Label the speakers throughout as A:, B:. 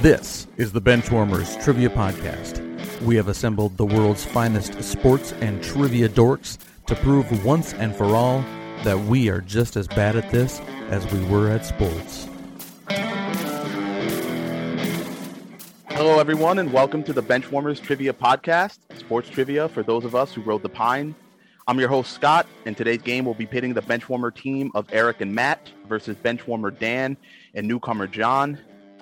A: This is the Benchwarmers Trivia Podcast. We have assembled the world's finest sports and trivia dorks to prove once and for all that we are just as bad at this as we were at sports.
B: Hello, everyone, and welcome to the Benchwarmers Trivia Podcast, sports trivia for those of us who rode the pine. I'm your host, Scott, and today's game will be pitting the Benchwarmer team of Eric and Matt versus Benchwarmer Dan and newcomer John.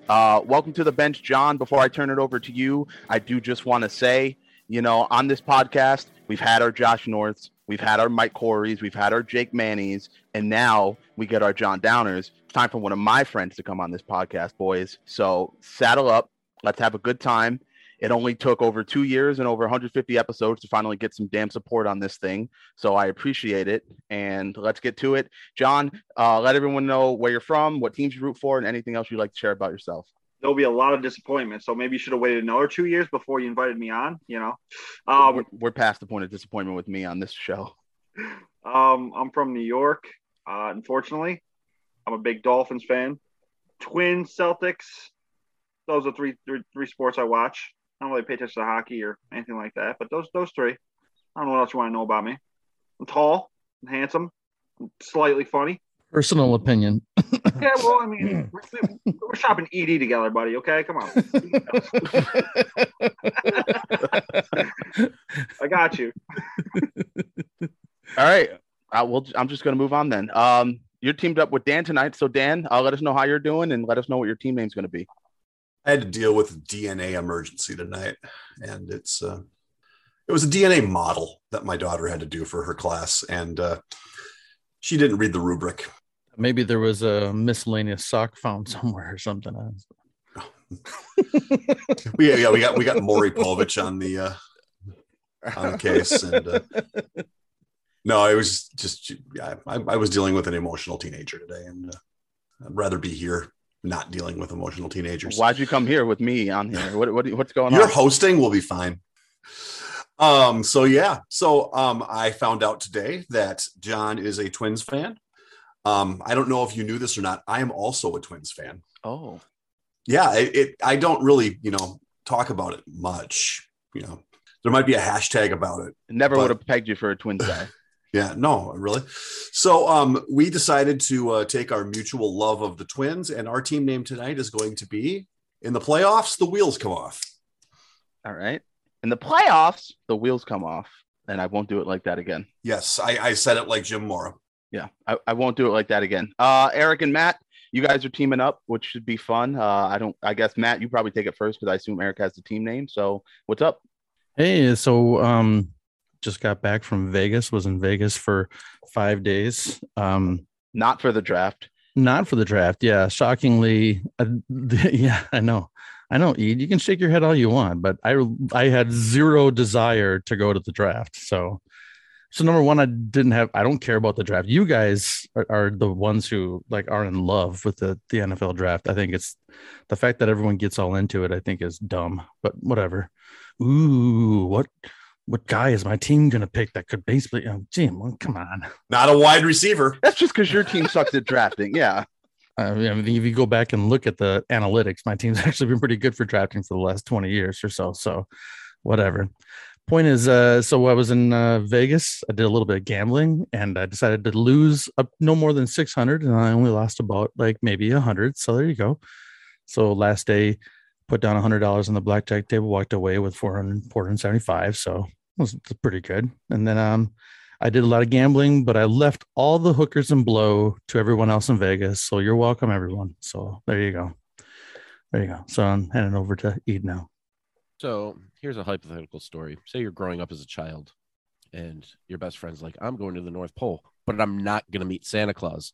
B: Uh, welcome to the bench, John. Before I turn it over to you, I do just want to say, you know, on this podcast, we've had our Josh Norths, we've had our Mike Corey's, we've had our Jake Mannies, and now we get our John Downers. It's time for one of my friends to come on this podcast, boys. So saddle up, let's have a good time. It only took over two years and over 150 episodes to finally get some damn support on this thing. So I appreciate it. And let's get to it. John, uh, let everyone know where you're from, what teams you root for, and anything else you'd like to share about yourself.
C: there'll be a lot of disappointment. So maybe you should have waited another two years before you invited me on. You know, um,
B: we're, we're past the point of disappointment with me on this show.
C: um, I'm from New York. Uh, unfortunately, I'm a big Dolphins fan. Twins, Celtics. Those are three, three, three sports I watch. I don't really pay attention to hockey or anything like that, but those, those three. I don't know what else you want to know about me. I'm tall, I'm handsome, I'm slightly funny.
D: personal opinion.
C: Yeah, well, I mean, we're, we're shopping ED together, buddy. Okay, come on. I got you.
B: All right. I will, I'm just going to move on then. Um, you're teamed up with Dan tonight. So, Dan, uh, let us know how you're doing and let us know what your team name's going to be.
E: I had to deal with a DNA emergency tonight, and it's uh, it was a DNA model that my daughter had to do for her class, and uh, she didn't read the rubric.
D: Maybe there was a miscellaneous sock found somewhere or something.
E: We, yeah, we got we got Maury Povich on the uh, on the case, and uh, no, I was just I, I I was dealing with an emotional teenager today, and uh, I'd rather be here not dealing with emotional teenagers.
B: Why'd you come here with me on here? What, what what's going
E: Your
B: on?
E: hosting will be fine. Um, so yeah, so um, I found out today that John is a Twins fan. Um, I don't know if you knew this or not. I am also a Twins fan.
B: Oh,
E: Yeah, it, it I don't really, you know, talk about it much. You know, there might be a hashtag about it.
B: never
E: But-
B: would have pegged you for a twin guy.
E: Yeah, no, really. So um, we decided to uh, take our mutual love of the Twins, and our team name tonight is going to be in the playoffs. The wheels come off.
B: All right. In the playoffs, the wheels come off, and I won't do it like that again.
E: Yes, I, I said it like Jim Mora.
B: Yeah, I, I won't do it like that again. Uh, Eric and Matt, you guys are teaming up, which should be fun. Uh, I don't. I guess Matt, you probably take it first because I assume Eric has the team name. So what's up?
D: hey, so um, just got back from Vegas. Was in Vegas for five days. Um,
B: Not for the draft.
D: not for the draft. Yeah, shockingly. Uh, yeah, I know. I know, Ed. You can shake your head all you want, but I I had zero desire to go to the draft. So, so number one, I didn't have. I don't care about the draft. You guys are, are the ones who like are in love with the the NFL draft. I think it's the fact that everyone gets all into it. I think is dumb, but whatever. Ooh, what what guy is my team gonna pick that could basically? Oh, Jim, well, come on.
E: Not a wide receiver.
B: That's just because your team sucks at drafting. Yeah.
D: I mean, I mean, if you go back and look at the analytics, my team's actually been pretty good for drafting for the last 20 years or so. So, whatever. Point is, uh, so I was in uh, Vegas. I did a little bit of gambling, and I decided to lose up no more than 600, and I only lost about like maybe 100. So there you go. So last day, put down $100 on the blackjack table, walked away with 400, 475. So it was pretty good. And then um, I did a lot of gambling, but I left all the hookers and blow to everyone else in Vegas. So you're welcome, everyone. So there you go. There you go. So I'm handing over to Ed now.
F: So here's a hypothetical story. Say you're growing up as a child and your best friend's like, I'm going to the North Pole, but I'm not going to meet Santa Claus.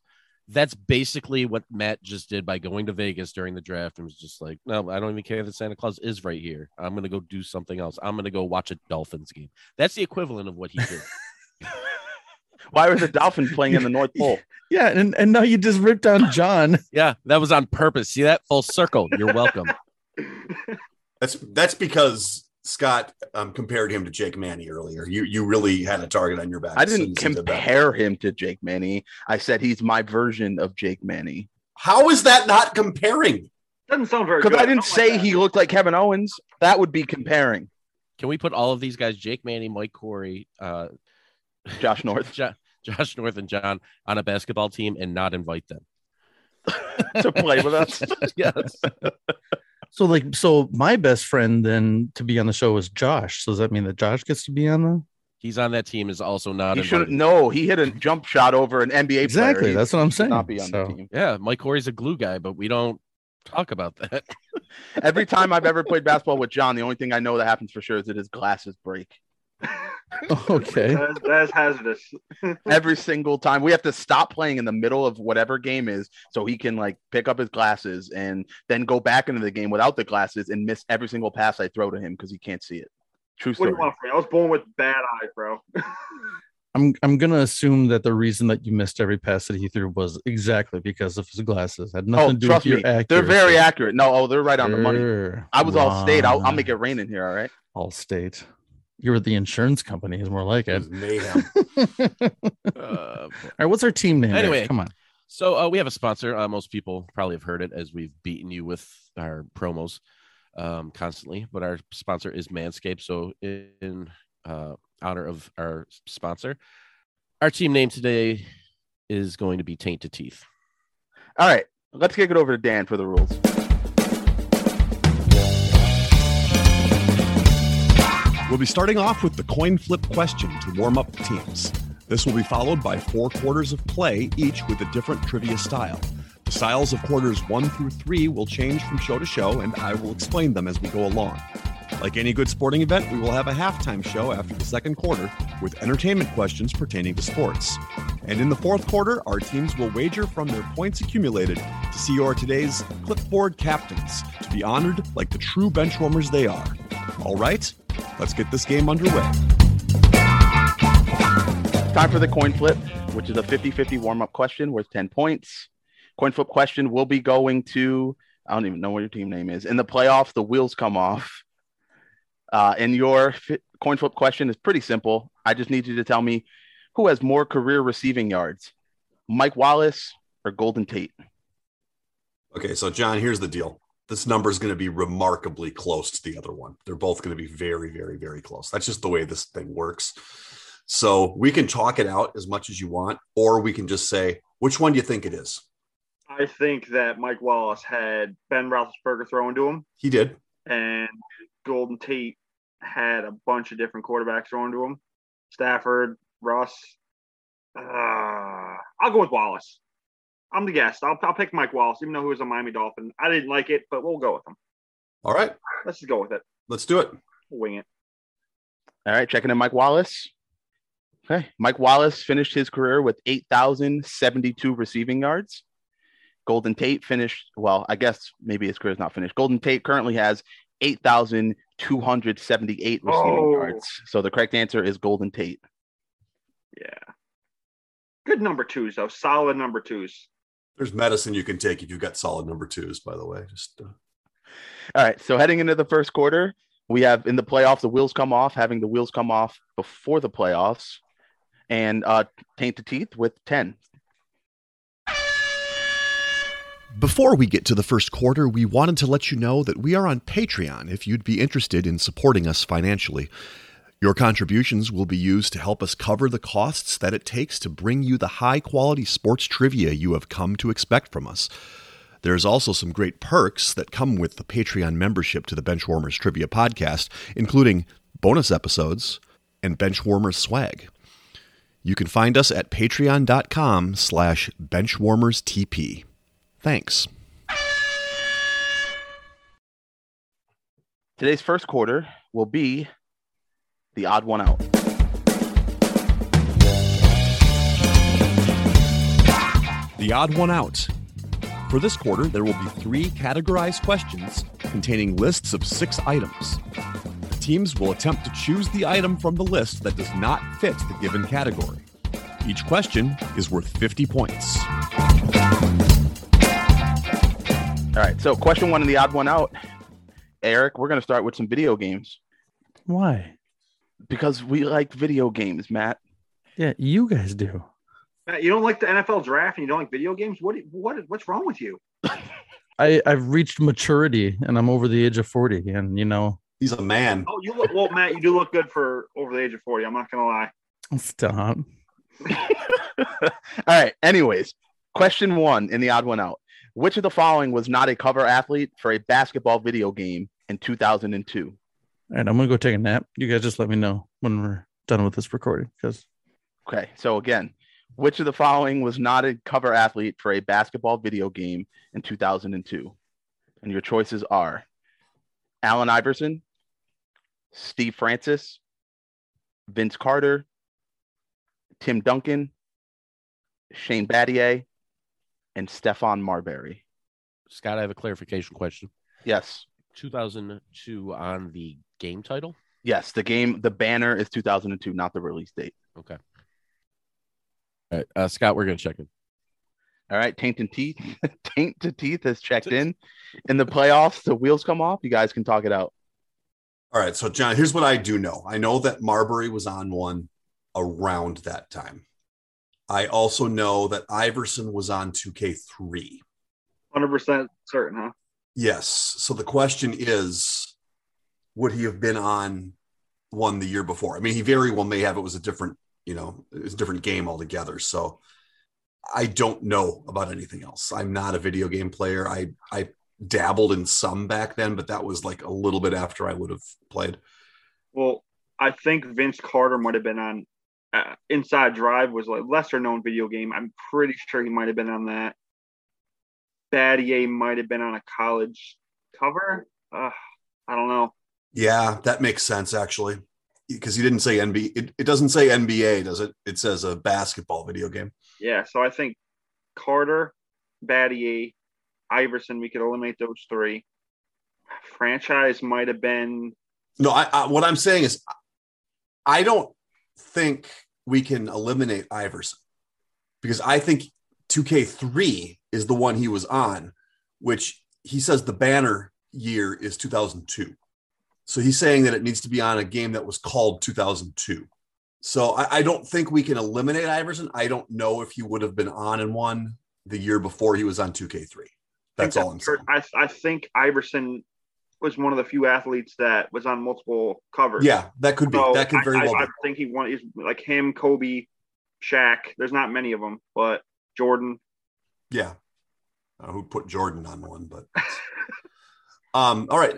F: That's basically what Matt just did by going to Vegas during the draft and was just like, no, I don't even care that Santa Claus is right here. I'm going to go do something else. I'm going to go watch a Dolphins game. That's the equivalent of what he did.
B: Why was the Dolphin playing in the North Pole?
D: Yeah, and, and now you just ripped on John.
F: yeah, that was on purpose. See that full circle. You're welcome.
E: That's that's because Scott um, compared him to Jake Manny earlier. You you really had a target on your back.
B: I
E: as soon
B: didn't
E: as he did that.
B: compare him to Jake Manny. I said he's my version of Jake Manny.
E: How is that not comparing?
C: Doesn't sound very good.
B: Because I didn't
C: don't
B: say
C: like that.
B: he looked like Kevin Owens. That would be comparing
F: Can we put all of these guys, Jake Manny, Mike Corey, uh,
B: Josh North
F: Jo- Josh North, and John, on a basketball team and not invite them?
B: to play with us.
F: yes.
D: So like so my best friend then to be on the show is Josh. So does that mean that Josh gets to be on the
F: He's on that team, is also not
B: He
F: invited.
B: shouldn't. No, he hit a jump shot over an NBA player.
D: Exactly.
B: He
D: That's what I'm
B: should
D: saying.
B: Not be on the
D: So-
B: team.
F: Yeah, Mike Corey's a glue guy, but we don't talk about that.
B: Every time I've ever played basketball with John, the only thing I know that happens for sure is that his glasses break.
D: Okay.
C: That is, that is hazardous.
B: Every single time, we have to stop playing in the middle of whatever game is so he can like pick up his glasses and then go back into the game without the glasses and miss every single pass I throw to him because he can't see it. True
C: What do
B: story.
C: you want from me? I was born with bad eye, bro.
D: I'm I'm gonna assume that the reason that you missed every pass that he threw was exactly because of his glasses. Had nothing
B: Oh,
D: to do
B: trust
D: with your
B: me,
D: accuracy.
B: they're very accurate. No, oh, they're right on the money.
D: Sure.
B: I was all state. I'll, I'll
D: Ron.
B: make it rain in here. All right.
D: all state. You were the insurance company, is more like
E: It
D: it.
E: was mayhem.
D: all
F: Uh,
D: right, what's our team name? Eric?
F: Anyway.
D: come on.
F: So uh, we have a sponsor. Uh, most people probably have heard it as we've beaten you with our promos um, constantly. But our sponsor is Manscaped. So in uh, honor of our sponsor, our team name today is going to be Tainted Teeth.
B: All right. Let's kick it over to Dan for the rules.
E: We'll be starting off with the coin flip question to warm up the teams. This will be followed by four quarters of play, each with a different trivia style. The styles of quarters one through three will change from show to show, and I will explain them as we go along. Like any good sporting event, we will have a halftime show after the second quarter with entertainment questions pertaining to sports. And in the fourth quarter, our teams will wager from their points accumulated to see your today's clipboard captains to be honored like the true benchwarmers they are. All right, Let's get this game underway.
B: Time for the coin flip, which is a 50 50 warm up question worth 10 points. Coin flip question will be going to, I don't even know what your team name is. In the playoffs, the wheels come off. Uh, and your fi coin flip question is pretty simple. I just need you to tell me who has more career receiving yards, Mike Wallace or Golden Tate?
E: Okay, so John, here's the deal. This number is going to be remarkably close to the other one. They're both going to be very, very, very close. That's just the way this thing works. So we can talk it out as much as you want, or we can just say, which one do you think it is?
C: I think that Mike Wallace had Ben Roethlisberger throwing to him,
E: He did.
C: and Golden Tate had a bunch of different quarterbacks throwing to him. Stafford, Russ. Uh, I'll go with Wallace. I'm the guest. I'll, I'll pick Mike Wallace, even though he was a Miami Dolphin. I didn't like it, but we'll go with him.
E: All right,
C: Let's just go with it.
E: let's do it.
C: Wing it.
B: All right, checking in Mike Wallace. Okay. Mike Wallace finished his career with 8,072 receiving yards. Golden Tate finished, well, I guess maybe his career's not finished. Golden Tate currently has 8,278 receiving
C: Oh.
B: yards. So the correct answer is Golden Tate.
C: Yeah. Good number twos, though. Solid number twos.
E: There's medicine you can take if you've got solid number twos, by the way. Just uh,
B: All right. So heading into the first quarter, we have in the playoff, the wheels come off, having the wheels come off before the playoffs, and uh, Taint to Teeth with 10.
G: Before we get to the first quarter, we wanted to let you know that we are on Patreon if you'd be interested in supporting us financially. Your contributions will be used to help us cover the costs that it takes to bring you the high quality sports trivia you have come to expect from us. There's also some great perks that come with the Patreon membership to the Benchwarmers Trivia Podcast, including bonus episodes and Benchwarmers swag. You can find us at patreon.com slash benchwarmerstp. Thanks.
B: Today's first quarter will be the odd one out.
E: the odd one out. For this quarter, there will be three categorized questions containing lists of six items. The teams will attempt to choose the item from the list that does not fit the given category. Each question is worth 50 points.
B: All right. So, question one and the odd one out. Eric, we're going to start with some video games
D: Why?
B: because we like video games, Matt.
D: Yeah, you guys do.
C: Matt, you don't like the NFL draft and you don't like video games? What, what, what's wrong with you?
D: I, I've reached maturity and I'm over the age of 40. And, you know,
E: He's a man.
C: Oh, you look well, Matt. You do look good for over the age of forty. I'm not gonna lie.
D: stop.
B: All right. Anyways, question one in the odd one out. Which of the following was not a cover athlete for a basketball video game in 2002?
D: All right, I'm going to go take a nap. You guys just let me know when we're done with this recording because
B: Okay. So again, which of the following was not a cover athlete for a basketball video game in 2002? And your choices are Allen Iverson, Steve Francis, Vince Carter, Tim Duncan, Shane Battier, and Stefan Marbury.
F: Scott, I have a clarification question.
B: Yes.
F: 2002 on the game title.
B: Yes. The game, the banner is 2002, not the release date.
F: Okay. All right, uh, Scott, we're gonna check in.
B: All right, Taint and Teeth, Taint to Teeth has checked in in the playoffs. The wheels come off. You guys can talk it out.
E: All right. So, John, here's what I do know I know that Marbury was on one around that time. I also know that Iverson was on 2K3.
C: Hundred percent certain, huh?
E: Yes. So the question is, would he have been on one the year before? I mean, he very well may have. It was a different, you know, it was a different game altogether. So I don't know about anything else. I'm not a video game player. I I dabbled in some back then, but that was like a little bit after I would have played.
C: Well, I think Vince Carter might have been on uh, Inside Drive was like lesser known video game. I'm pretty sure he might have been on that. Battier might have been on a college cover. Uh, I don't know.
E: Yeah, that makes sense actually, because he didn't say NBA. It, it doesn't say NBA, does it? It says a basketball video game.
C: Yeah, so I think Carter, Battier, Iverson. We could eliminate those three. Franchise might have been
E: No, I, I what I'm saying is, I don't think we can eliminate Iverson because I think 2K3 is the one he was on, which he says the banner year is 2002. So he's saying that it needs to be on a game that was called 2002. So I, I don't think we can eliminate Iverson. I don't know if he would have been on and one the year before he was on 2K3. That's all I'm saying.
C: I, I think Iverson was one of the few athletes that was on multiple covers.
E: Yeah, that could be.
C: So
E: that could very
C: I, I-
E: well
C: I
E: be.
C: think he won. He's like him, Kobe, Shaq. There's not many of them, but Jordan.
E: Yeah. I don't know who put Jordan on one, but um, all right.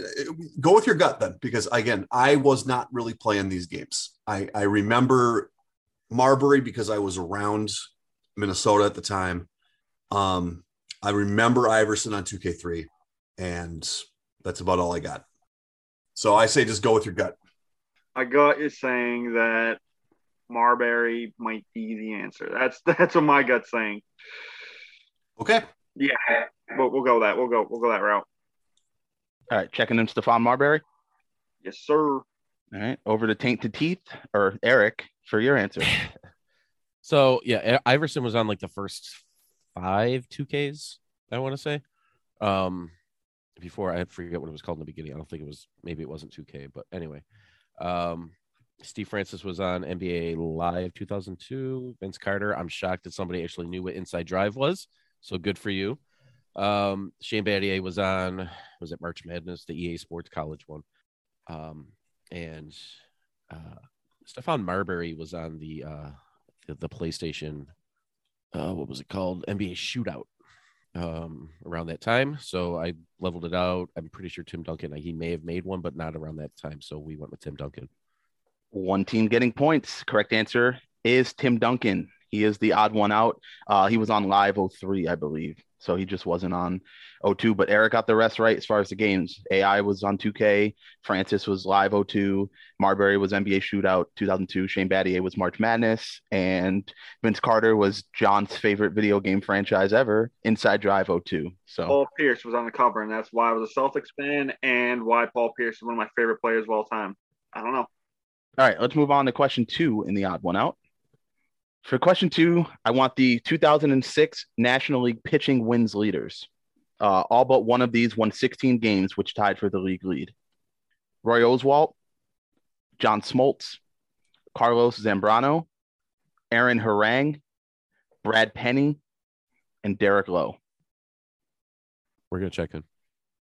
E: Go with your gut then, because again, I was not really playing these games. I, I remember Marbury because I was around Minnesota at the time. Um, I remember Iverson on 2K3, and that's about all I got. So I say just go with your gut.
C: My gut is saying that Marbury might be the answer. That's that's what my gut's saying.
E: Okay.
C: Yeah, but we'll go that. We'll go. We'll go that route.
B: All right, checking in Stefan Marbury.
C: Yes, sir.
B: All right, over to Taint to Teeth or Eric for your answer.
F: So yeah, I- Iverson was on like the first five 2Ks, I want to say. Um before I forget what it was called in the beginning. I don't think it was maybe it wasn't 2K, but anyway. Um Steve Francis was on NBA Live 2002. Vince Carter, I'm shocked that somebody actually knew what Inside Drive was. So good for you. Um Shane Battier was on was it March Madness, the EA Sports College one. Um and uh Stefan Marbury was on the uh the, the PlayStation, uh, what was it called? NBA Shootout um, around that time. So I leveled it out. I'm pretty sure Tim Duncan, he may have made one, but not around that time. So we went with Tim Duncan.
B: One team getting points. Correct answer is Tim Duncan. He is the odd one out. Uh, he was on live 03, I believe. So he just wasn't on 02, but Eric got the rest right as far as the games. AI was on 2K. Francis was live 02. Marbury was NBA Shootout 2002. Shane Battier was March Madness. And Vince Carter was John's favorite video game franchise ever, Inside Drive 02.
E: Oh.
B: So
C: Paul Pierce was on the cover, and that's why I was a Celtics fan, and why Paul Pierce is one of my favorite players of all time. I don't know.
B: All right, let's move on to question two in the odd one out. For question two, I want the 2006 National League pitching wins leaders. Uh, all but one of these won 16 games, which tied for the league lead. Roy Oswalt, John Smoltz, Carlos Zambrano, Aaron Harang, Brad Penny, and Derek Lowe.
F: We're gonna check in.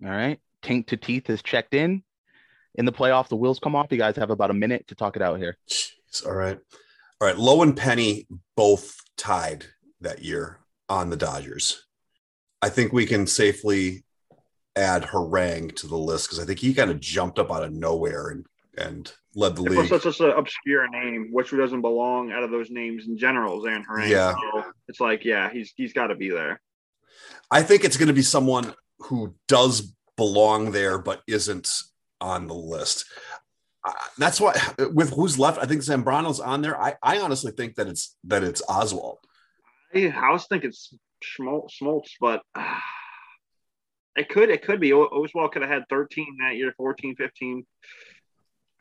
B: All right. Tink to teeth is checked in. In the playoff, the wheels come off. You guys have about a minute to talk it out here.
E: Jeez, all right. All right. Lowe and Penny both tied that year on the Dodgers. I think we can safely add Harang to the list because I think he kind of jumped up out of nowhere and, and led the
C: It was
E: league.
C: such an obscure name, which doesn't belong out of those names in general, is Aaron Harang.
E: Yeah.
C: So it's like, yeah, he's he's got to be there.
E: I think it's going to be someone who does belong there but isn't on the list. Uh, that's why with who's left, I think Zambrano's on there. I, I honestly think that it's that it's Oswald.
C: I, I was thinking Schmol- Smoltz, but ah, it could it could be O- Oswald could have had 13 that year, 14, 15.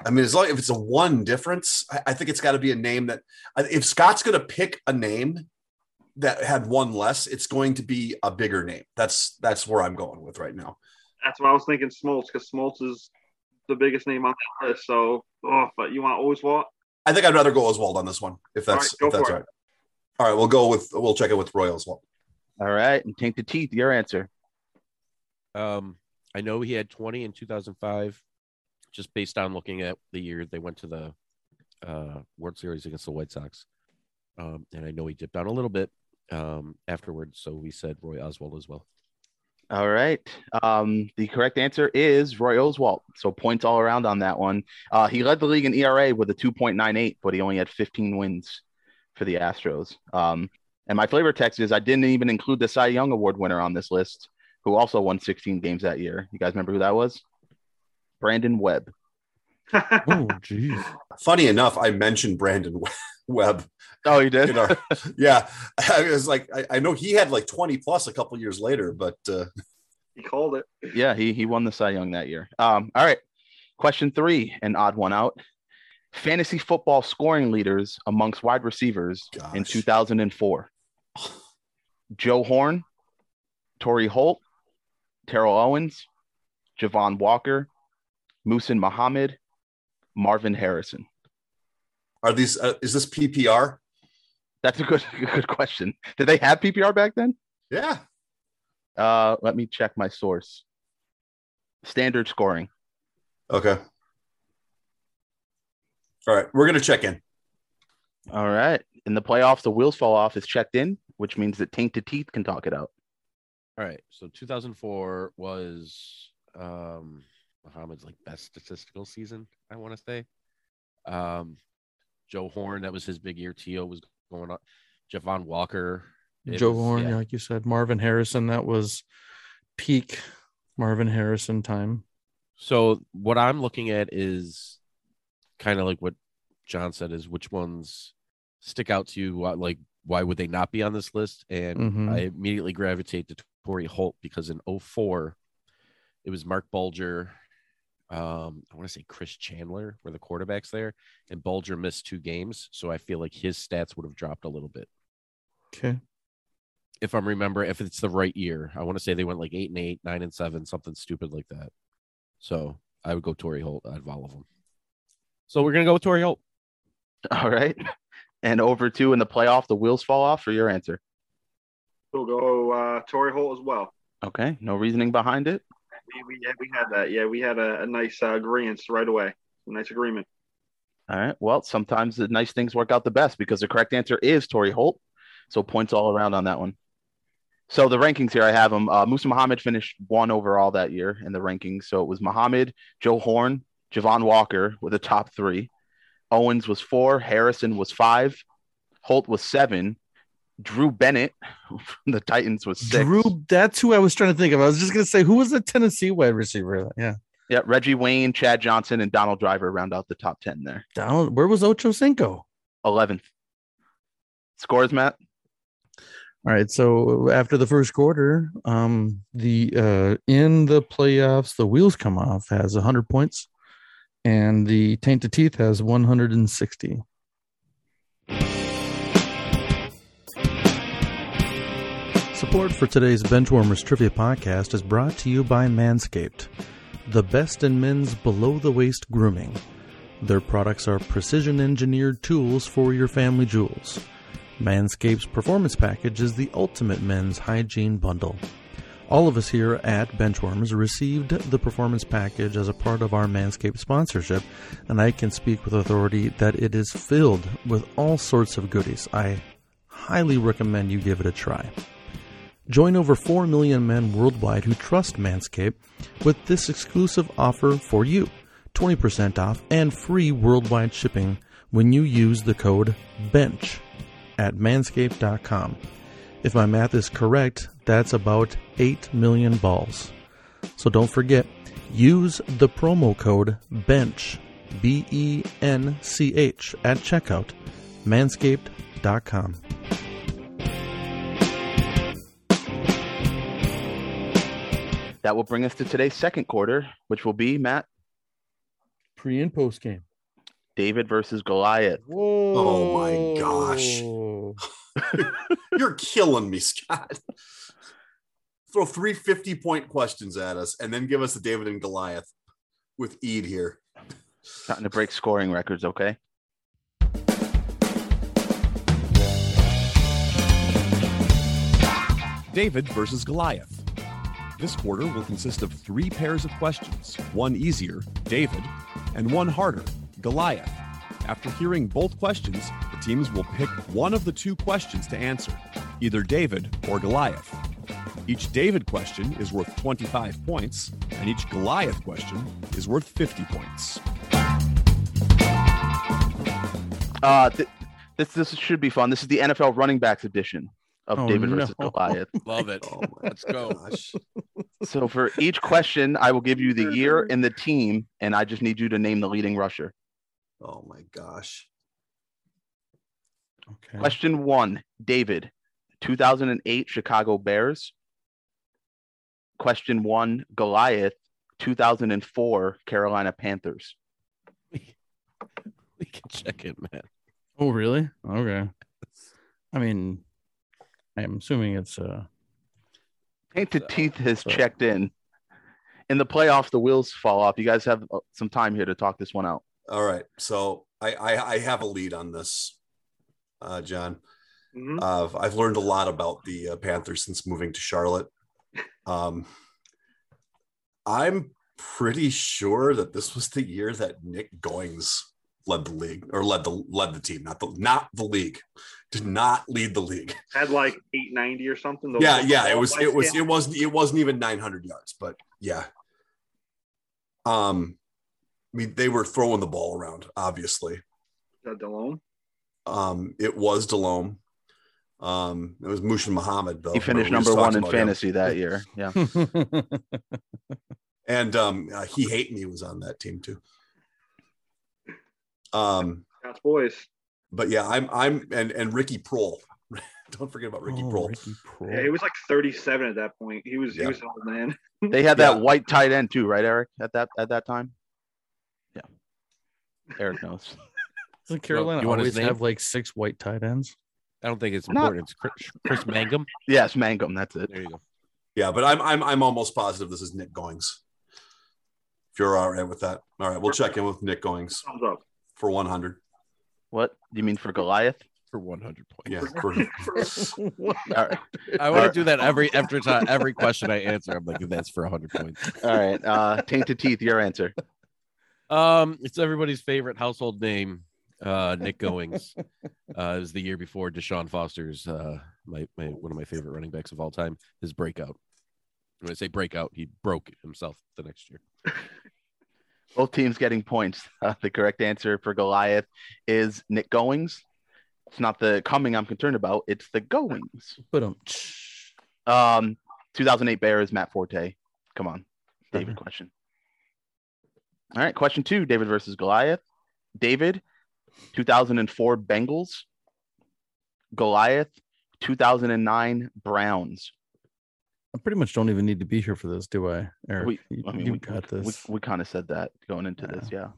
E: I mean, as long if it's a one difference, I, I think it's got to be a name that I- if Scott's going to pick a name that had one less, it's going to be a bigger name. That's that's where I'm going with right now.
C: That's why I was thinking Smoltz because Smoltz is the biggest name on that list. So, oh, but you want Oswald?
E: I think I'd rather go Oswald on this one if that's
C: All right,
E: if
C: go
E: that's
C: for
E: all
C: it.
E: right. All right, we'll go with we'll check it with Roy Oswald.
B: All right. And Tink to teeth, your answer.
F: Um, I know he had 20 in 2005, just based on looking at the year they went to the uh, World Series against the White Sox. Um, and I know he dipped down a little bit um, afterwards, so we said Roy Oswald as well.
B: All right. Um, the correct answer is Roy Oswalt. So points all around on that one. Uh, he led the league in ERA with a 2.98, but he only had 15 wins for the Astros. Um, and my flavor text is I didn't even include the Cy Young Award winner on this list, who also won 16 games that year. You guys remember who that was? Brandon Webb.
D: Oh, jeez.
E: Funny enough, I mentioned Brandon We- Webb.
B: Oh, you did?
E: In our, yeah, I was like, I, I know he had like 20 plus a couple years later, but uh,
C: he called it.
B: yeah, he he won the Cy Young that year. Um, all right. Question three, an odd one out. Fantasy football scoring leaders amongst wide receivers in
E: Gosh.
B: 2004. Joe Horn, Torrey Holt, Terrell Owens, Javon Walker, Musin Muhammad, Marvin Harrison.
E: are these uh, is this PPR?
B: That's a good good question. Did they have PPR back then?
E: Yeah,
B: Uh, let me check my source. Standard scoring.
E: Okay. All right, we're gonna check in.
B: All right. In the playoffs, the wheels fall off is checked in, which means that Tink to Teeth can talk it out.
F: All right, so 2004 was um, Muhammad's like best statistical season, I want to say. Um, Joe Horn, that was his big year. T.O. was going on. Javon Walker. It
D: Joe
F: was-
D: Horn,
F: yeah.
D: like you said, Marvin Harrison. That was peak Marvin Harrison time.
F: So what I'm looking at is kind of like what John said is which ones stick out to you. why- Like why would they not be on this list? And
D: Mhm.
F: I immediately gravitate to Tory Holt because in 04, it was Mark Bulger. Um, I want to say Chris Chandler were the quarterbacks there, and Bulger missed two games, so I feel like his stats would have dropped a little bit
D: Okay.
F: if I'm remember if it's the right year. I want to say they went like eight and eight, nine and seven, something stupid like that. So I would go Tory Holt out of all of them. So we're gonna go with Tory Holt.
B: All right. And over two in the playoff, the wheels fall off for your answer.
C: We'll go uh, Torrey Holt as well.
B: Okay. No reasoning behind it.
C: We, we, yeah, we had that. Yeah, we had a, a nice uh, agreement right away. A nice agreement.
B: All right. Well, sometimes the nice things work out the best because the correct answer is Torrey Holt. So points all around on that one. So the rankings here, I have them. Uh, Musa Muhammad finished one overall that year in the rankings. So it was Muhammad, Joe Horn, Javon Walker were the top three. Owens was four. Harrison was five. Holt was seven. Drew Bennett from the Titans was six.
D: Drew, that's who I was trying to think of. I was just gonna say who was the Tennessee wide receiver? Yeah.
B: Yeah, Reggie Wayne, Chad Johnson, and Donald Driver round out the top 10 there.
D: Donald, where was Ocho Cinco?
B: 11th. Scores, Matt?
D: All right. So after the first quarter, um, the uh, in the playoffs, the wheels come off has 100 points, and the tainted teeth has 160.
A: Support for today's Benchwarmers Trivia Podcast is brought to you by Manscaped, the best in men's below the waist grooming. Their products are precision engineered tools for your family jewels. Manscaped's performance package is the ultimate men's hygiene bundle. All of us here at Benchwarmers received the performance package as a part of our Manscaped sponsorship, and I can speak with authority that it is filled with all sorts of goodies. I highly recommend you give it a try. Join over 4 million men worldwide who trust Manscaped with this exclusive offer for you 20% off and free worldwide shipping when you use the code BENCH at manscaped.com. If my math is correct, that's about 8 million balls. So don't forget, use the promo code BENCH, B E N C H, at checkout, manscaped.com.
B: That will bring us to today's second quarter, which will be Matt
D: Pre and post game.
B: David versus Goliath.
D: Whoa.
E: Oh my gosh. You're killing me, Scott. Throw three 50 point questions at us and then give us the David and Goliath with Eid here.
B: Starting to break scoring records, okay?
H: David versus Goliath. This quarter will consist of three pairs of questions one easier, David, and one harder, Goliath. After hearing both questions, the teams will pick one of the two questions to answer, either David or Goliath. Each David question is worth 25 points, and each Goliath question is worth 50 points.
B: Uh, th- this this should be fun. This is the NFL running backs edition of
D: Oh,
B: David
D: no.
B: versus Goliath.
F: Love it.
E: Oh my
F: Let's go.
E: gosh.
B: So for each question, I will give you the year and the team, and I just need you to name the leading rusher.
E: Oh my gosh.
D: Okay.
B: Question one, David, 2008 Chicago Bears. Question one, Goliath, 2004 Carolina Panthers.
F: We can check it, man.
D: Oh, really? Okay. I mean, I'm assuming it's uh
B: Painted
F: So-
B: Teeth has checked in. In the playoffs, the wheels fall off. You guys have uh, some time here to talk this one out.
E: All right. So I, I, I have a lead on this, uh, John.
C: Mhm.
E: Uh, I've learned a lot about the uh, Panthers since moving to Charlotte. Um, I'm pretty sure that this was the year that Nick Goings led the league or led the led the team, not the not the league, did not lead the league.
C: Had like 890 or something. Those-
E: Yeah, yeah, it was it was
C: Yeah.
E: it wasn't it wasn't even 900 yards, but yeah. Um, I mean they were throwing the ball around, obviously.
C: Uh, Delhomme.
E: Um, it was Delhomme. Um, it was Mushin Muhammad though.
B: He finished
E: Oh, We just
B: number one
E: talked
B: in
E: about him.
B: fantasy that year. Yeah.
E: And um, uh, he hate me was on that team too. Um,
C: That's boys.
E: but yeah, I'm I'm and and Ricky Prohl. Don't forget about Ricky
D: oh,
E: Prohl.
D: Ricky Prohl.
C: Yeah, he was like 37 at that point. He was
E: Yeah.
C: he was an old man.
B: They had that
E: Yeah.
B: white tight end too, right, Eric? At that at that time. Yeah. Eric knows.
D: Doesn't Carolina
F: you want his
D: always
F: name?
D: have like six white tight ends?
F: I don't think it's
B: Not-
F: important. It's Chris, Chris Mangum.
B: Yes, Mangum. That's it.
F: There you go.
E: Yeah, but I'm I'm I'm almost positive this is Nick Goings. If you're all right with that, all right, we'll check in with Nick Goings
C: Thumbs up.
E: for 100.
B: What you mean for Goliath?
F: For 100 points.
E: Yeah, for-
B: All right.
F: I want to do that every every time, every question I answer. I'm like, that's for 100 points.
B: All right. Uh, tainted teeth. Your answer.
F: Um, it's everybody's favorite household name, uh, Nick Goings. uh, it was the year before Deshaun Foster's, uh, my, my one of my favorite running backs of all time, his breakout. When I say breakout, he broke himself the next year.
B: Both teams getting points. Uh, the correct answer for Goliath is Nick Goings. It's not the coming I'm concerned about. It's the goings.
D: But um
B: Um, 2008 Bears. Matt Forte. Come on, David. Question. All right. Question two. David versus Goliath. David, 2004 Bengals. Goliath, 2009 Browns.
D: I pretty much don't even need to be here for this, do I, Eric?
B: We-
D: you
B: I mean,
D: you
B: we-
D: got
B: We,
D: this.
B: we kind of said that going into
D: Yeah.
B: this. Yeah.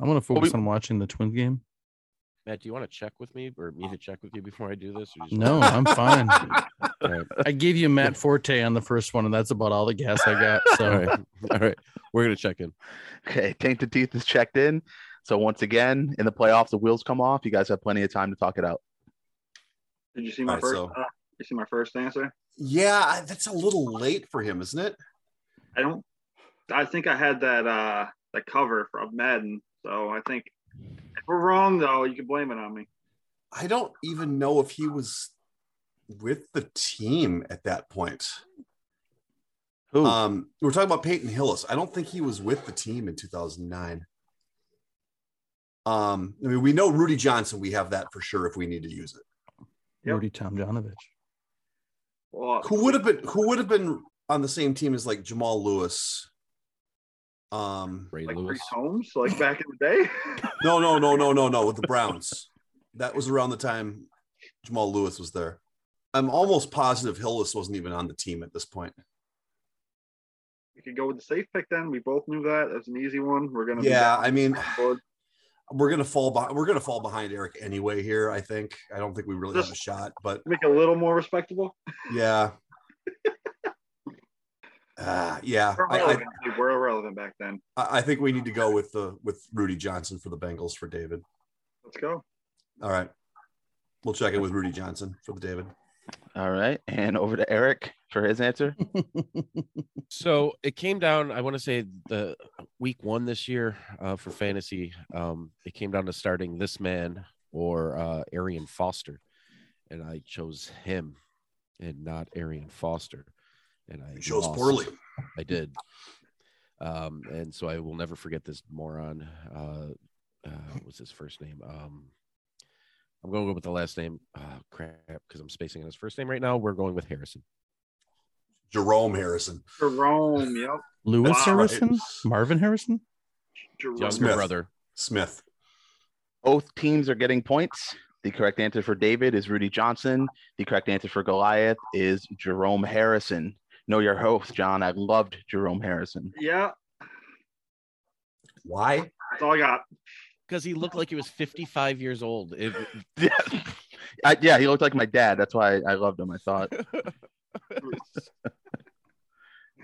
D: I'm gonna focus
B: we-
D: on watching the twin game.
F: Matt, do you want to check with me or me to check with you before I do this? Or just-
D: No, I'm fine.
F: All right.
D: I gave you Matt Forte on the first one, and that's about all the gas I got. So
F: All right. All right. We're going to check in.
B: Okay, Tainted Teeth is checked in. So once again, in the playoffs, the wheels come off. You guys have plenty of time to talk it out.
C: Did you see my
E: Alright,
C: first?
E: so-
C: uh, you see my first answer?
E: Yeah, I- that's a little late for him, isn't it?
C: I don't. I think I had that uh that cover from Madden, so I think if we're wrong though, you can blame it on me.
E: I don't even know if he was with the team at that point.
B: Who?
E: Um, we're talking about Peyton Hillis. I don't think he was with the team in 2009. Um, I mean, we know Rudy Johnson. We have that for sure if we need to use it.
C: Yep.
D: Rudy Tomjanovich.
C: Well,
E: Who would have been? Who would have been on the same team as like Jamal Lewis? Um,
F: Ray
C: like
F: Lewis.
C: Chris Holmes, like back in the day.
E: no, no, no, no, no, no. With the Browns, that was around the time Jamal Lewis was there. I'm almost positive Hillis wasn't even on the team at this point.
C: we could go with the safe pick then. We both knew that. That's an easy one. We're gonna be
E: Yeah,
C: back
E: I mean,
C: on board.
E: we're gonna fall behind. We're gonna fall behind Eric anyway here. I think. I don't think we really have a shot, but
C: make it a little more respectable.
E: yeah, uh, yeah.
C: We're
E: I, I,
C: relevant. We were relevant back then.
E: I think we need to go with the with Rudy Johnson for the Bengals for David.
C: Let's go.
E: All right, we'll check it with Rudy Johnson for the David.
B: All right, and over to Eric for his answer.
F: So it came down. I want to say the uh, week one this year uh, for fantasy. Um, it came down to starting this man or uh, Arian Foster, and I chose him and not Arian Foster. And I
E: He shows
F: lost.
E: poorly.
F: I did. Um, and so I will never forget this moron. Uh, uh, what's his first name? Um, I'm going to go with the last name. Oh, crap, because I'm spacing on his first name right now. We're going with Harrison.
E: Jerome Harrison.
C: Jerome, yep.
D: Lewis
E: Wow.
D: Harrison? Marvin Harrison?
C: Jerome.
F: Younger
E: Smith.
F: brother.
E: Smith.
B: Both teams are getting points. The correct answer for David is Rudy Johnson. The correct answer for Goliath is Jerome Harrison. Know your host, John. I loved Jerome Harrison.
C: Yeah,
E: Why?
C: that's all I got.
F: Because he looked like he was 55 years old. If,
B: Yeah, I, yeah he looked like my dad. That's why I, I loved him. I thought.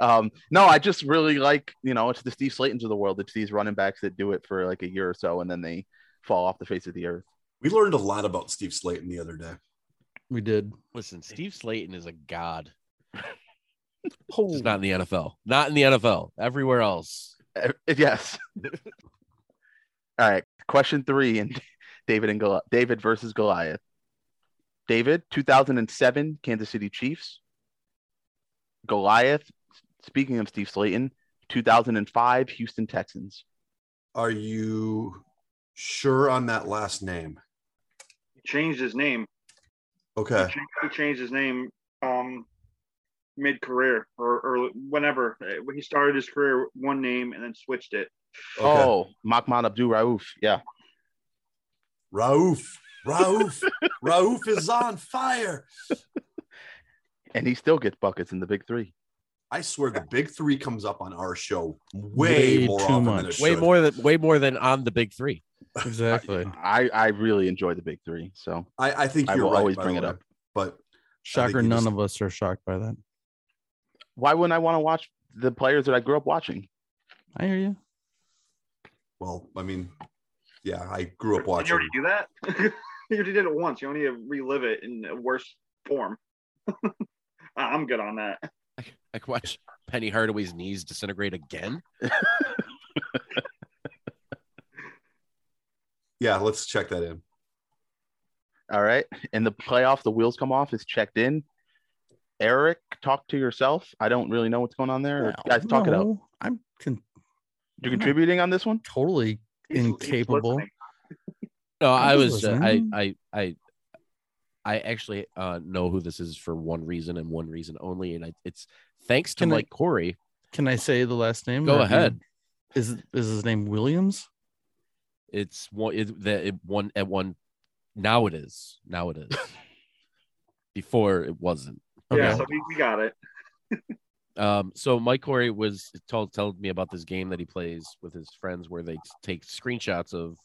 B: Um, no, I just really like, you know, it's the Steve Slaytons of the world. It's these running backs that do it for like a year or so and then they fall off the face of the earth.
E: We learned a lot about Steve Slayton the other day.
D: We did.
F: listen, Steve Slayton is a god. Just not in the NFL. Not in the NFL. Everywhere else.
B: Uh, yes. All right. Question three and David and Goli- David versus Goliath. David, 2007 Kansas City Chiefs. Goliath, speaking of Steve Slayton, 2005 Houston Texans.
E: Are you sure on that last name?
C: He changed his name.
E: Okay.
C: He changed- He changed his name um, mid career or, or whenever Uh, when he started his career, one name and then switched it.
E: Okay.
B: Oh, Mahmoud Abdul Rauf. Yeah.
E: Rauf. Rauf. Rauf is on fire.
B: And he still gets buckets in the big three.
E: I swear the big three comes up on our show way,
D: Way
E: more
D: too
E: often than
D: much.
E: it
F: Way
E: should.
F: more than way more than on the big three.
D: Exactly.
B: I, I really enjoy the big three. So
E: I, I think
B: I
E: you're
B: will
E: right,
B: always
E: by
B: bring
E: the
B: it
E: way.
B: up.
E: But
D: Shocker,
E: you
D: none
E: just-
D: of us are shocked by that.
B: why wouldn't I want to watch the players that I grew up watching?
D: I hear you.
E: well, I mean, yeah, I grew up
C: Did you
E: watching.
C: already do that? you already did it once. You only need to relive it in a worse form. I- I'm good on that.
F: I could watch Penny Hardaway's knees disintegrate again.
E: Yeah, let's check that in.
B: All right. And the playoff, the wheels come off, is checked in. Eric, talk to yourself. I don't really know what's going on there.
D: Well,
B: Guys, talk it out.
D: no, I'm con-
B: You're contributing on this one?
D: totally
C: He's- he's
D: incapable.
C: listening.
F: No,
D: I'm
F: I
D: just
F: was uh, I
D: listening.
F: I I I actually uh, know who this is for one reason and one reason only, and I, it's thanks to
D: Can I-
F: Mike Corey.
D: Can I say the last name? or
F: Go
D: do you-
F: ahead.
D: Is is his name Williams?
F: It's one it, that it one at one. Now it is. Now it is. Before it wasn't.
C: Yeah,
D: Okay.
C: so we, we got it.
F: Um, so Mike Corey was told told me about this game that he plays with his friends where they take screenshots of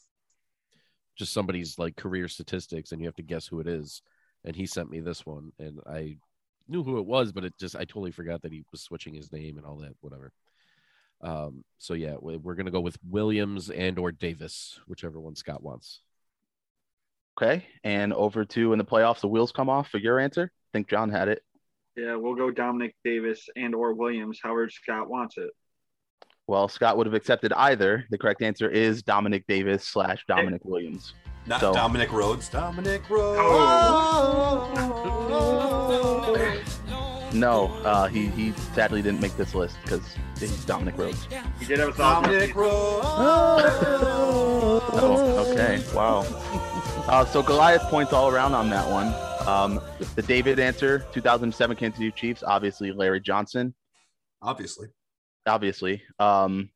F: just somebody's like career statistics and you have to guess who it is. And he sent me this one and I knew who it was, but it just I totally forgot that he was switching his name and all that, whatever. Um, so yeah, we- we're gonna go with Williams and or Davis, whichever one Scott wants.
B: Okay. And over to in the playoffs, the wheels come off for your answer. I think John had it.
C: Yeah, we'll go Dominic Davis and or Williams, however Scott wants it.
B: Well, Scott would have accepted either. The correct answer is Dominic Davis slash Dominic Williams.
E: Not
B: So-
E: Dominic Rhodes. Dominic Rhodes.
B: No, uh, he he sadly didn't make this list because he's Dominic Rhodes.
C: He did have a solid
E: Dominic Rhodes.
B: Oh, okay. Wow. Uh, so Goliath points all around on that one. Um, the David answer, 2007 Kansas City Chiefs, obviously Larry Johnson.
E: Obviously.
B: Obviously, um,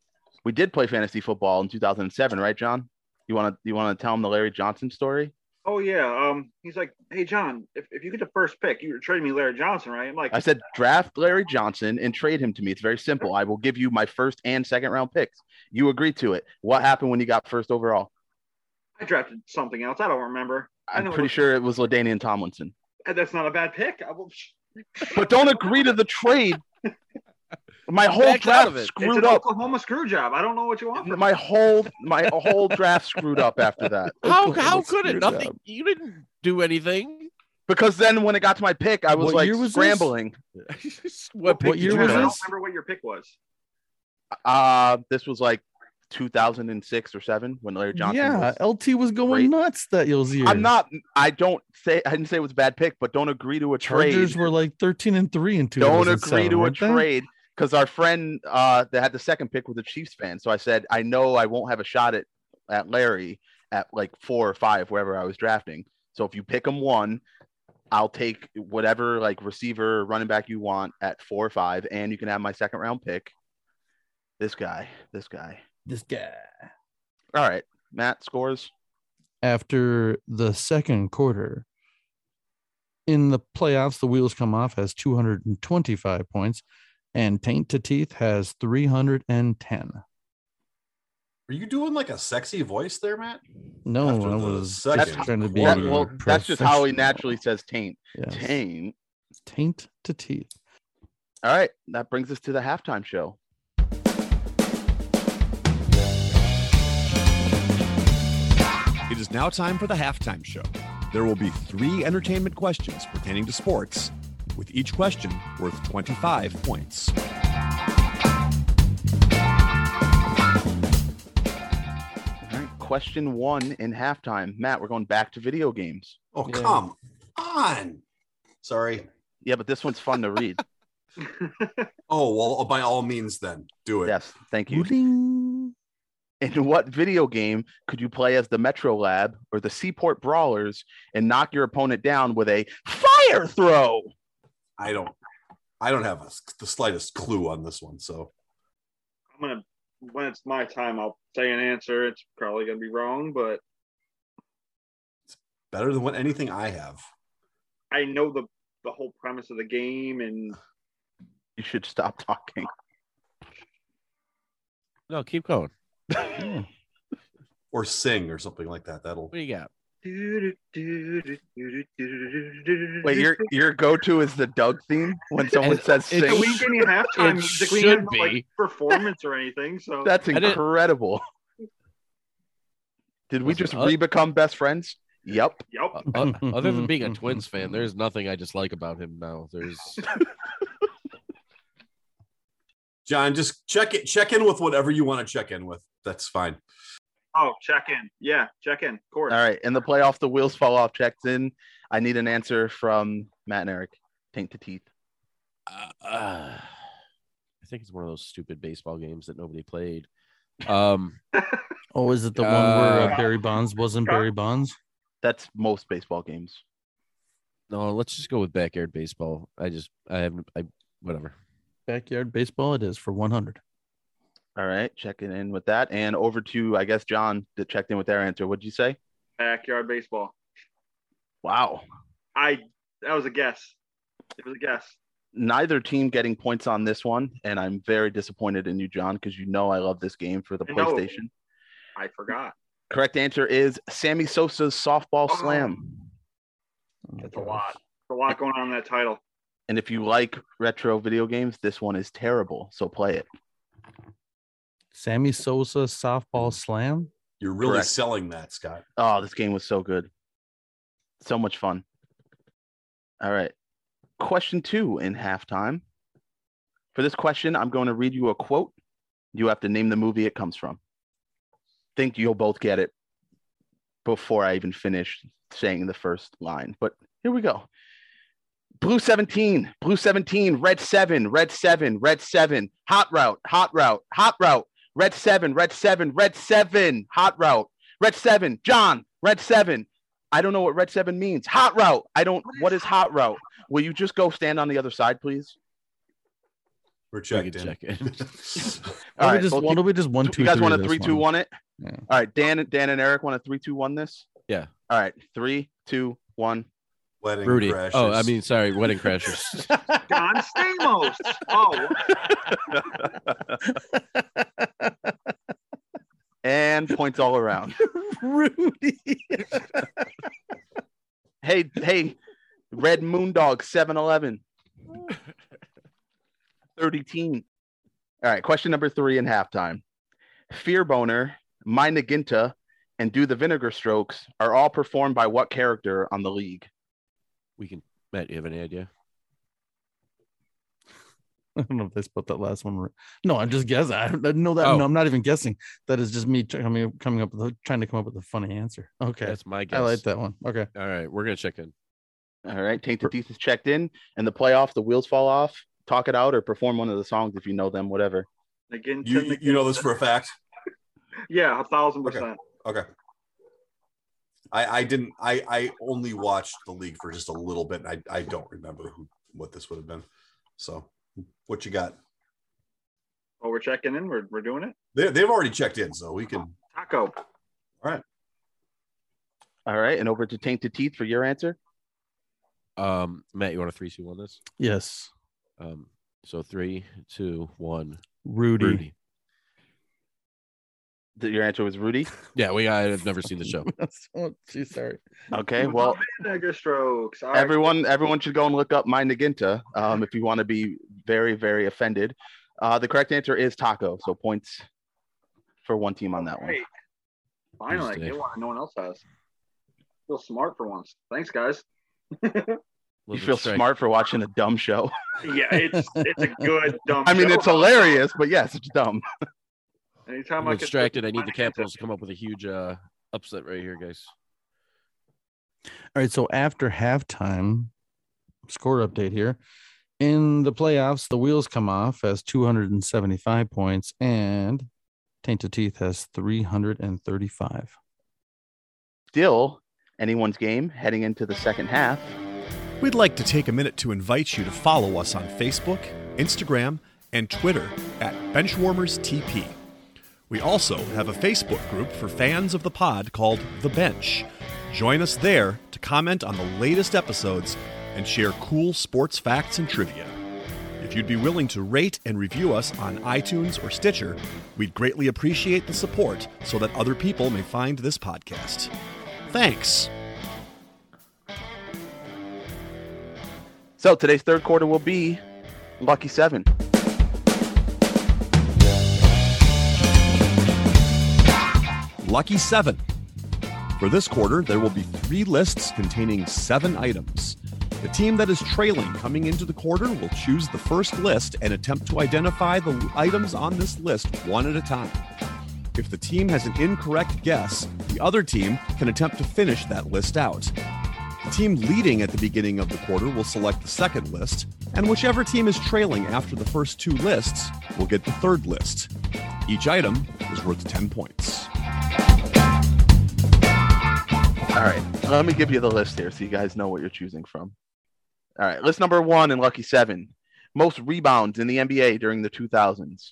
B: we did play fantasy football in 2007, right, John? You want to you want to tell him the Larry Johnson story?
C: Oh yeah. Um, he's like, hey John, if, if you get the first pick, you were trading me Larry Johnson, right? I'm like,
B: I said draft Larry Johnson and trade him to me. It's very simple. I will give you my first and second round picks. You agree to it. What happened when you got first overall?
C: I drafted something else. I don't remember. I
B: I'm
C: know
B: pretty
C: it-
B: sure it was Ladainian Tomlinson.
C: And that's not a bad pick. I will, it's
B: But don't agree to the trade. My whole
F: Backed out
B: draft
F: of it.
B: screwed
C: an
B: up.
C: Oklahoma screw job. I don't know what you want from
B: My whole my whole draft screwed up after that.
F: How
D: Oklahoma
F: how could it?
D: screwed
F: Nothing.
D: up.
F: You didn't do anything.
B: Because then when it got to my pick, I was
D: What
B: like
D: year was this?
B: scrambling.
F: what
D: What
F: pick
D: year
F: did
D: was
F: you
C: I
F: have?
C: don't
D: this?
C: remember what your pick was.
B: Uh this was like 2006 or 7 when Larry Johnson
D: yeah,
B: was
D: LT was
B: great.
D: going nuts that those years.
B: I'm not. I don't say. I didn't say it was a bad pick, but don't agree to a
D: Chargers
B: trade.
D: were like 13 and 3 in
B: Don't
D: 2007.
B: agree to a
D: weren't they?
B: trade because our friend uh, that had the second pick was a Chiefs fan. So I said, I know I won't have a shot at at Larry at like four or five wherever I was drafting. So if you pick him one, I'll take whatever like receiver or running back you want at four or five, and you can have my second round pick. This guy. This guy.
D: This guy.
B: All right, Matt scores.
D: After the second quarter, in the playoffs, the wheels come off has 225 points, and Taint to Teeth has 310.
E: Are you doing like a sexy voice there, Matt?
D: No,
E: After
D: I
E: the
D: was
E: second
D: just trying to be.
E: Yeah,
B: That- well, that's just how he
D: professional.
B: naturally says taint.
D: Yes.
B: Taint.
D: Taint to teeth.
B: All right, that brings us to the halftime show.
H: It is now time for the halftime show. There will be three entertainment questions pertaining to sports, with each question worth 25 points.
B: All right, question one in halftime. Matt, we're going back to video games.
E: Oh,
D: Yeah.
E: come on. Sorry.
B: Yeah, but this one's fun to read.
E: Oh, well, by all means, then do it.
B: yes, thank you.
D: Wooling.
B: In what video game could you play as the Metro Lab or the Seaport Brawlers and knock your opponent down with a fire throw?
E: I don't. I don't have a, the slightest clue on this one. So
C: I'm gonna when it's my time, I'll say an answer. It's probably gonna be wrong, but
E: better than what anything I have.
C: I know the the whole premise of the game and
B: You should stop talking.
F: No, keep going.
D: Yeah.
E: Or sing or something like that. That'll.
F: What do you got?
B: Wait, your your go-to is the Doug theme when someone
F: It's-
B: says
C: And
F: it's-
B: sing.
C: we didn't even have time
F: It
C: music. We didn't have
F: should
C: no, like
F: be.
C: performance or anything. So
B: That's
F: didn't-
B: incredible. Did we
F: Wasn't
B: just
F: us.
B: re-become best friends? Yep.
C: yep.
F: Uh, uh, other than being a Twins fan, there's nothing I dislike about him now. There's
E: John, just check it. Check in with whatever you want to check in with. That's fine.
C: Oh, check in. Yeah, check in. Of course.
B: All right. In the playoff, the wheels fall off. Checks in. I need an answer from Matt and Eric. Taint to teeth.
F: uh, uh, I think it's one of those stupid baseball games that nobody played. Um,
D: Oh, is it the one where
F: Uh,
D: uh, Barry Bonds wasn't Barry Bonds?
B: That's most baseball games.
F: no, let's just go with backyard baseball. I just I have I whatever.
D: Backyard baseball, it is for 100.
B: All right. Checking in with that. And over to, I guess, John that checked in with their answer. What'd you say?
C: Backyard baseball.
B: Wow.
C: I that was a guess. It was a guess.
B: Neither team getting points on this one. And I'm very disappointed in you, John, because you know I love this game for the
C: I know.
B: PlayStation.
C: I forgot.
B: Correct answer is Sammy Sosa's softball
C: Oh.
B: slam.
C: That's a lot. There's a lot going on in that title.
B: And if you like retro video games, this one is terrible. So play it.
D: Sammy Sosa softball slam.
E: You're really
B: Correct.
E: selling that, Scott.
B: Oh, this game was so good. So much fun. All right. question two in halftime. For this question, I'm going to read you a quote. You have to name the movie it comes from. Think you'll both get it before I even finish saying the first line. But here we go. Blue 17, Blue 17, Red 7, Red 7, Red 7, Hot Route, Hot Route, Hot Route, Red 7, Red 7, Red 7, Hot Route, Red 7, John, Red 7. I don't know what Red 7 means. Hot Route. I don't, what is Hot Route? Will you just go stand on the other side, please?
E: We're
F: We
E: checked
F: can
E: in.
F: check in.
B: All
D: Why don't
B: right,
D: we just,
B: both
D: why don't we just one,
B: you,
D: two,
B: you guys
D: three
B: want to
D: this
B: three, two,
D: one?
B: one it?
D: Yeah.
B: All right, Dan, Dan and Eric want to three, two, one this?
F: Yeah.
B: All right, three, two, one.
E: Wedding
F: Rudy.
E: crashes.
F: Oh, I mean, sorry, Wedding Crashers.
C: Don Stamos. Oh,
B: And points all around.
D: Rudy.
B: hey, hey, Red Moondog 711. 30 teen. All right, question number three in halftime. Fear Boner, My Naginta, and Do the Vinegar Strokes are all performed by what character on the league?
F: we can. Matt, you have any idea?
D: I don't know if they spelled that last one. right. No, I'm just guessing. I don't know that.
F: Oh.
D: No, I'm not even guessing. That is just me tr- coming coming up with a, trying to come up with a funny answer. Okay,
F: That's my guess.
D: I like that one. Okay,
F: All right, we're gonna check in.
B: All right, Tainted Death is checked in, and the playoff, the wheels fall off. Talk it out or perform one of the songs if you know them, whatever.
C: again,
E: you, you- you know this for a fact.
C: yeah, a thousand percent.
E: Okay. I, I didn't. I, I only watched the league for just a little bit. and I, I don't remember who, what this would have been. So, what you got?
C: Oh, we're checking in. We're, we're doing it.
E: They, they've already checked in, so we can.
C: Taco.
B: All right, and over to Tainted Teeth for your answer.
F: Um, Matt, you want to three, two, one this?
D: yes,
F: Um, so three, two, one.
D: Rudy.
F: Rudy.
B: Th- Your answer was Rudy.
F: Yeah, we. I've never seen the show.
D: That's- oh, geez, sorry.
B: Okay, well,
C: Vinegar strokes. All right.
B: everyone, everyone should go and look up my Naginta um, if you want to be very, very offended. Uh, the correct answer is Taco. So points for one team on that one.
C: Right. Finally, I
F: Tuesday.
C: get one no one else has. Feel smart for once. Thanks, guys.
B: You
F: Love
B: feel
F: and Strike.
B: smart for watching a dumb show.
C: Yeah, it's it's a good dumb.
B: I mean,
C: show.
B: it's hilarious, but yes, it's dumb.
C: Anytime
F: I'm
C: I can-
F: distracted. I need the Capitals to come up with a huge uh, upset right here, guys.
D: All right, so after halftime, score update here. In the playoffs, the wheels come off as 275 points, and Tainted Teeth has 335.
B: Still, anyone's game heading into the second half.
G: We'd like to take a minute to invite you to follow us on Facebook, Instagram, and Twitter at Benchwarmers TP. We also have a Facebook group for fans of the pod called The Bench. Join us there to comment on the latest episodes and share cool sports facts and trivia. If you'd be willing to rate and review us on iTunes or Stitcher, we'd greatly appreciate the support so that other people may find this podcast. Thanks!
B: So today's third quarter will be Lucky Seven.
H: Lucky Seven. For this quarter, there will be three lists containing seven items. The team that is trailing coming into the quarter will choose the first list and attempt to identify the items on this list one at a time. If the team has an incorrect guess, the other team can attempt to finish that list out. The team leading at the beginning of the quarter will select the second list, and whichever team is trailing after the first two lists will get the third list. Each item is worth 10 points.
B: All right, let me give you the list here so you guys know what you're choosing from. All right, list number one in Lucky Seven most rebounds in the NBA during the 2000s.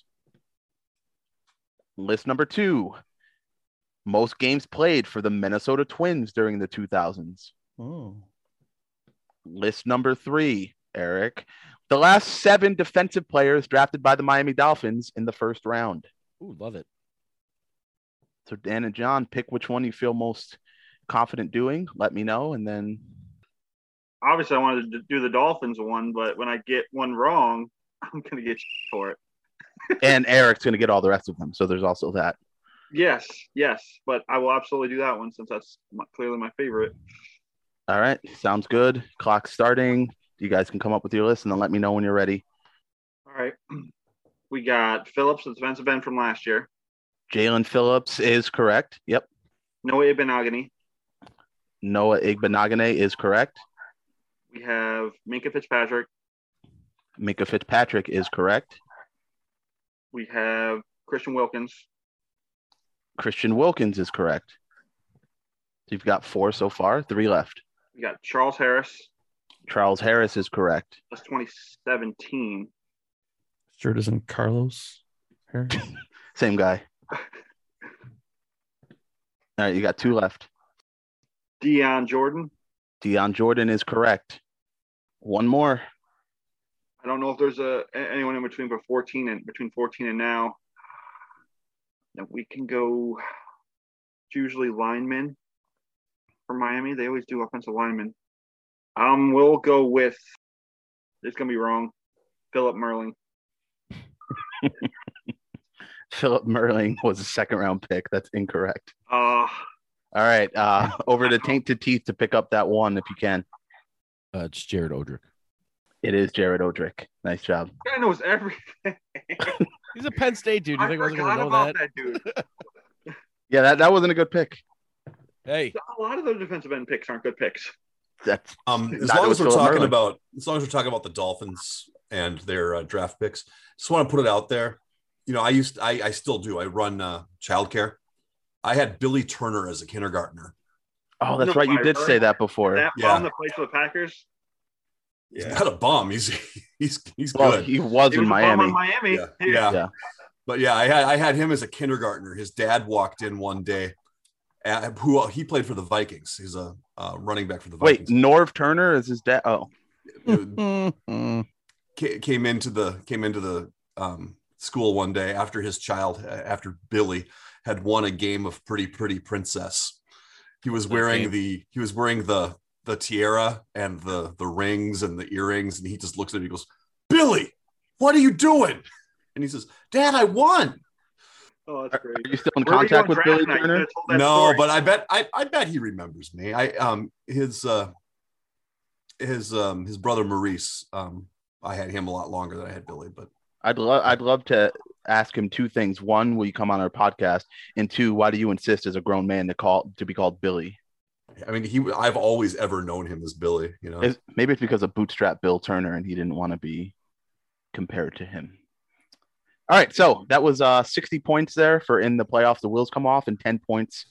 B: List number two most games played for the Minnesota Twins during the 2000s.
D: Oh,
B: List number three, Eric, the last seven defensive players drafted by the Miami Dolphins in the first round.
F: Ooh, love it.
B: So Dan and John, pick which one you feel most confident doing. Let me know, and then
C: Obviously, I wanted to do the Dolphins one, but when I get one wrong, I'm gonna get for it.
B: and Eric's gonna get all the rest of them. So there's also that.
C: Yes, yes, but I will absolutely do that one since that's my, clearly my favorite.
B: All right, sounds good. Clock starting. You guys can come up with your list and then let me know when you're ready.
C: All right. We got Phillips, the defensive end from last year.
B: Jalen Phillips is correct. Yep.
C: Noah Ibinagani.
B: Noah Igbenogane is correct.
C: We have Minka Fitzpatrick.
B: Minka Fitzpatrick is correct.
C: We have Christian Wilkins.
B: Christian Wilkins is correct. So you've got four so far, three left.
C: We got Charles Harris.
B: Charles Harris is correct.
C: That's 2017.
D: Sure doesn't Carlos. Harris?
B: Same guy. All right, you got two left.
C: Deion Jordan.
B: Deion Jordan is correct. One more.
C: I don't know if there's a a- anyone in between but 14 and between 14 and now. That we can go it's usually linemen for Miami. They always do offensive linemen. Um, we'll go with it's gonna be wrong. Philip Merling.
B: Philip Merling was a second round pick. That's incorrect.
C: Uh
B: All right, uh, over to Tainted Teeth to pick up that one if you can.
F: Uh, it's Jared Odrick.
B: It is Jared Odrick. Nice job.
C: guy knows everything.
F: He's a Penn State dude. You
C: I
F: think I wasn't
C: forgot
F: going to know
C: about
F: that?
C: that dude.
B: Yeah, that, that wasn't a good pick.
F: Hey,
C: A lot of those defensive end picks aren't good picks.
B: That's
E: Um, as
B: Not
E: long
B: with
E: as we're
B: Philip
E: talking
B: Merlin.
E: about, as long as we're talking about the Dolphins and their uh, draft picks, just want to put it out there. You know, I used, I, I still do. I run uh, childcare. I had Billy Turner as a kindergartner.
B: oh, that's
C: No,
B: right. You
C: I
B: did
C: heard
B: say that before.
C: That
E: Yeah.
C: on the place for the Packers.
E: He's not a bum. He's he's he's good.
B: well, he was
C: He
B: in
C: was a bum
B: Miami.
C: on Miami.
E: yeah, yeah.
B: Yeah.
E: But yeah, I had I had him as a kindergartner. His dad walked in one day. uh, who he played for the Vikings. He's a uh, running back for the
B: Wait,
E: Vikings.
B: Norv Turner is his dad. Oh,
D: Mhm.
E: ca- came into the came into the um, school one day after his child uh, after Billy had won a game of Pretty Pretty Princess. He was wearing
F: game.
E: the he was wearing the the tiara and the the rings and the earrings, and he just looks at me and goes, "Billy, what are you doing?" And he says, "Dad, I won."
C: Oh, that's great.
B: are you still in
C: Where were you
B: contact
C: on
B: with
C: draft
B: Billy
C: night? You
B: Turner?
C: could've told that
E: no,
C: story.
E: but I bet I, I bet he remembers me. I um his uh his um his brother Maurice um I had him a lot longer than I had Billy, but
B: I'd love I'd love to ask him two things. One, will you come on our podcast? And two, why do you insist as a grown man to call to be called Billy?
E: I mean, he. I've always ever known him as Billy. You know,
B: Is- maybe it's because of bootstrap Bill Turner and he didn't want to be compared to him. All right, so that was uh, 60 points there for in the playoffs. The wheels come off, and 10 points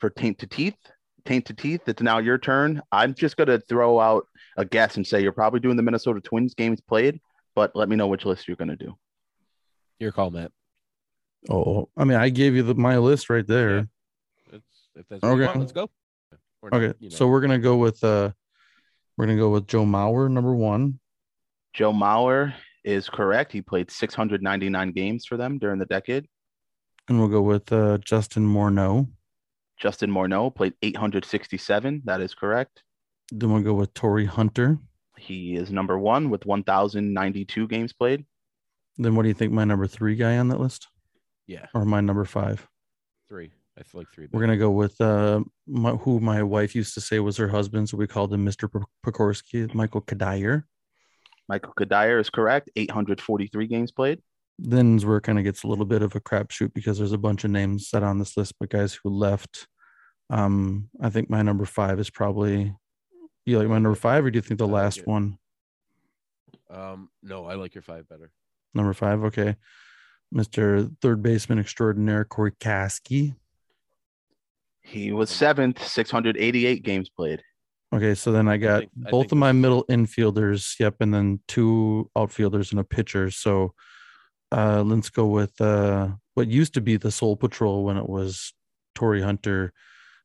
B: for Taint to Teeth. Taint to Teeth. It's now your turn. I'm just gonna throw out a guess and say you're probably doing the Minnesota Twins games played, but let me know which list you're gonna do.
F: your call, Matt.
D: Oh, I mean, I gave you the, my list right there.
F: Yeah. That's, if that's what you
D: Okay.
F: want, let's go. Or not,
D: Okay,
F: you know.
D: so we're gonna go with uh, we're gonna go with Joe Mauer number one.
B: Joe Mauer is correct. He played 699 games for them during the decade.
D: And we'll go with uh, Justin Morneau.
B: Justin Morneau played 867. That is correct.
D: Then we'll go with Tory Hunter.
B: He is number one with 1,092 games played.
D: Then what do you think my number three guy on that list,
F: yeah,
D: or my number five?
F: three. I feel like three.
D: We're gonna go with uh, my, who my wife used to say was her husband, so we called him Mr. P- Pokorsky, Michael Kadire.
B: Michael Kadire is correct. 843 games played.
D: Then is where it kind of gets a little bit of a crapshoot because there's a bunch of names set on this list, but guys who left. Um, I think my number five is probably you like my number five, or do you think the
F: I like
D: last
F: it.
D: one?
F: Um, no, I like your five better.
D: Number five, okay. Mr. Third Baseman Extraordinaire Corey Kasky.
B: He was seventh, 688 games played.
D: Okay, so then I got
F: think- I
D: both
F: think
D: of my
F: this-
D: middle infielders, yep, and then two outfielders and a pitcher. So uh, let's go with uh, what used to be the Soul Patrol when it was Tory Hunter.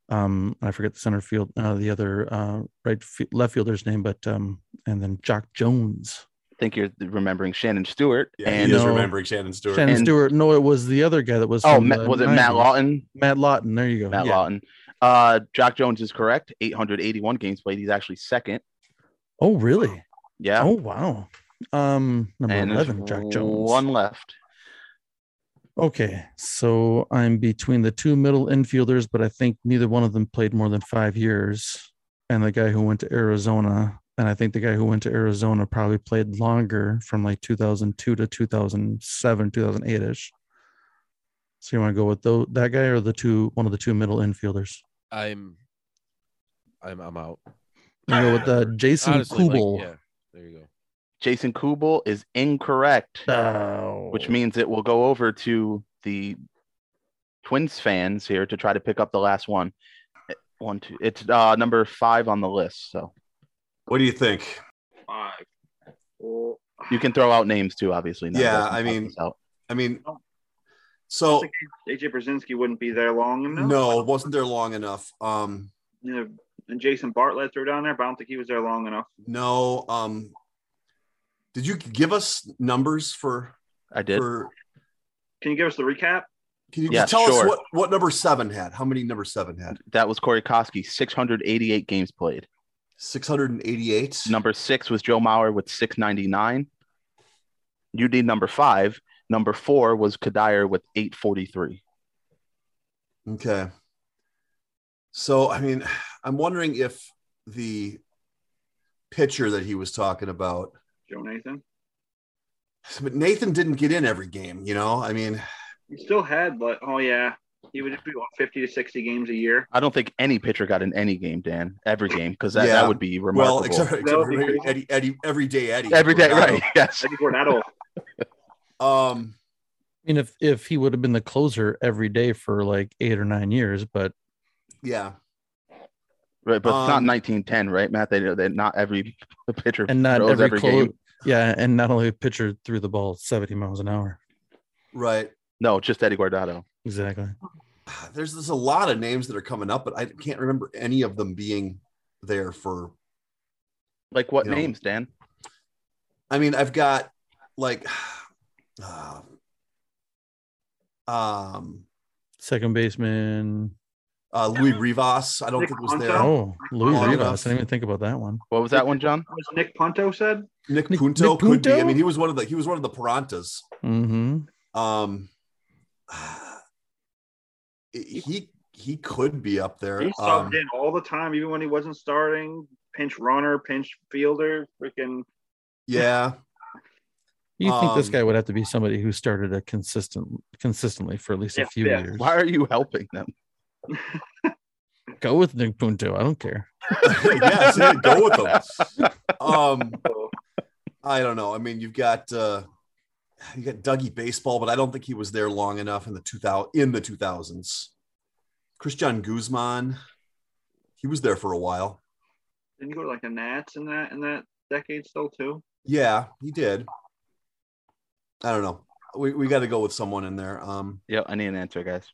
D: Um, I forget the center field, uh, the other uh, right fi- left fielder's name, but um, and then Jock Jones.
B: I think you're remembering Shannon Stewart.
E: yeah,
B: and
E: he is
D: No.
E: remembering Shannon Stewart.
D: Shannon
B: And-
D: Stewart. No, it was the other guy that was.
B: oh,
D: from
B: Ma-
D: the
B: was it Matt
D: 90s.
B: Lawton?
D: Matt Lawton. There you go.
B: Matt
D: Yeah.
B: Lawton. Uh, Jock Jones is correct. 881 games played. He's actually second.
D: Oh, really?
B: Yeah.
D: Oh wow. Um number
B: and there's
D: 11 Jack Jones.
B: One left.
D: Okay. So I'm between the two middle infielders but I think neither one of them played more than 5 years and the guy who went to Arizona And I think the guy who went to Arizona probably played longer from like 2002 to 2007, 2008 ish. So you want to go with tho- that guy or the two, one of the two middle infielders?
F: I'm, I'm, I'm out.
D: You go with uh, Jason
F: Honestly, like,
D: Kubel.
F: yeah, there you go.
B: Jason Kubel is incorrect.
D: No.
B: which means it will go over to the Twins fans here to try to pick up the last one. One, two. It's uh, number five on the list, so
E: What do you think?
C: Five. Well,
B: you can throw out names too, obviously. None of
E: Yeah,
B: us can
E: I
B: count
E: mean-
B: this out.
E: I mean,
C: Oh.
E: so
C: AJ Brzezinski wouldn't be there long enough.
E: no, it wasn't there long enough. Um,
C: You know, and Jason Bartlett threw down there, but I don't think he was there long enough.
E: no, um, did you give us numbers for
B: I did.
E: for?
C: Can you give us the recap?
E: Can you
B: Yeah,
E: just tell
B: sure.
E: us what what number seven had? How many number seven had?
B: That was Corey Koski, 688 games played.
E: Six hundred and eighty-eight.
B: Number six was Joe Mauer with 699. You need number five. Number four was Kadir with 843.
E: Okay. So, I mean, I'm wondering if the pitcher that he was talking about,
C: Joe Nathan.
E: but Nathan didn't get in every game, you know? I mean,
C: He still had, but oh yeah, he would be what, fifty to sixty games a year.
B: I don't think any pitcher got in any game, Dan, every game, because that,
E: Yeah.
B: that would be remarkable.
E: well, except, except
C: No,
E: for
C: because-
E: Eddie, Eddie, every day, Eddie.
B: every day,
E: Coronado.
B: right? Yes.
C: I think we're not old.
E: Um,
D: I mean, if if he would have been the closer every day for like eight or nine years, but
E: yeah.
B: Right, but it's not
E: Um,
B: 1910, right, Matt? They they not every pitcher
D: and not
B: throws
D: every, clo-
B: game.
D: yeah, and not only a pitcher threw the ball seventy miles an hour.
E: Right.
B: No, just Eddie Guardado.
D: Exactly.
E: There's, there's a lot of names that are coming up, but I can't remember any of them being there for
B: Like what
E: Yeah.
B: names, Dan?
E: I mean, I've got like, uh, um,
D: Second baseman.
E: uh, Louis Rivas. I don't
C: Nick
E: think was there.
C: Punto?
D: Oh, Louis
E: Long
D: Rivas.
E: enough.
D: I didn't even think about that one.
B: What was that one, John?
C: Was Nick Punto said?
E: Nick,
D: Nick-
E: Punto
D: Nick
E: could be. I
D: Punto?
E: mean, he was one of the he was one of the Pirantas.
D: Mm-hmm.
E: Um, he he could be up there.
C: He
E: Um,
C: subbed in all the time, even when he wasn't starting. Pinch runner, pinch fielder, freaking.
E: yeah,
D: You think this
E: Um,
D: guy would have to be somebody who started a consistent consistently for at least
C: Yeah,
D: a few
C: yeah.
D: years?
B: Why are you helping them?
D: Go with Nick Punto. I don't care.
E: yeah. See, go with them. Um, I don't know. I mean, you've got uh, you got Dougie baseball, but I don't think he was there long enough in the two thousand in the two thousands. Christian Guzman, he was there for a while.
C: Didn't he go to like the Nats in that in that decade still too?
E: Yeah, he did. I don't know. We we got to go with someone in there. Um,
B: Yep, I need an answer, guys.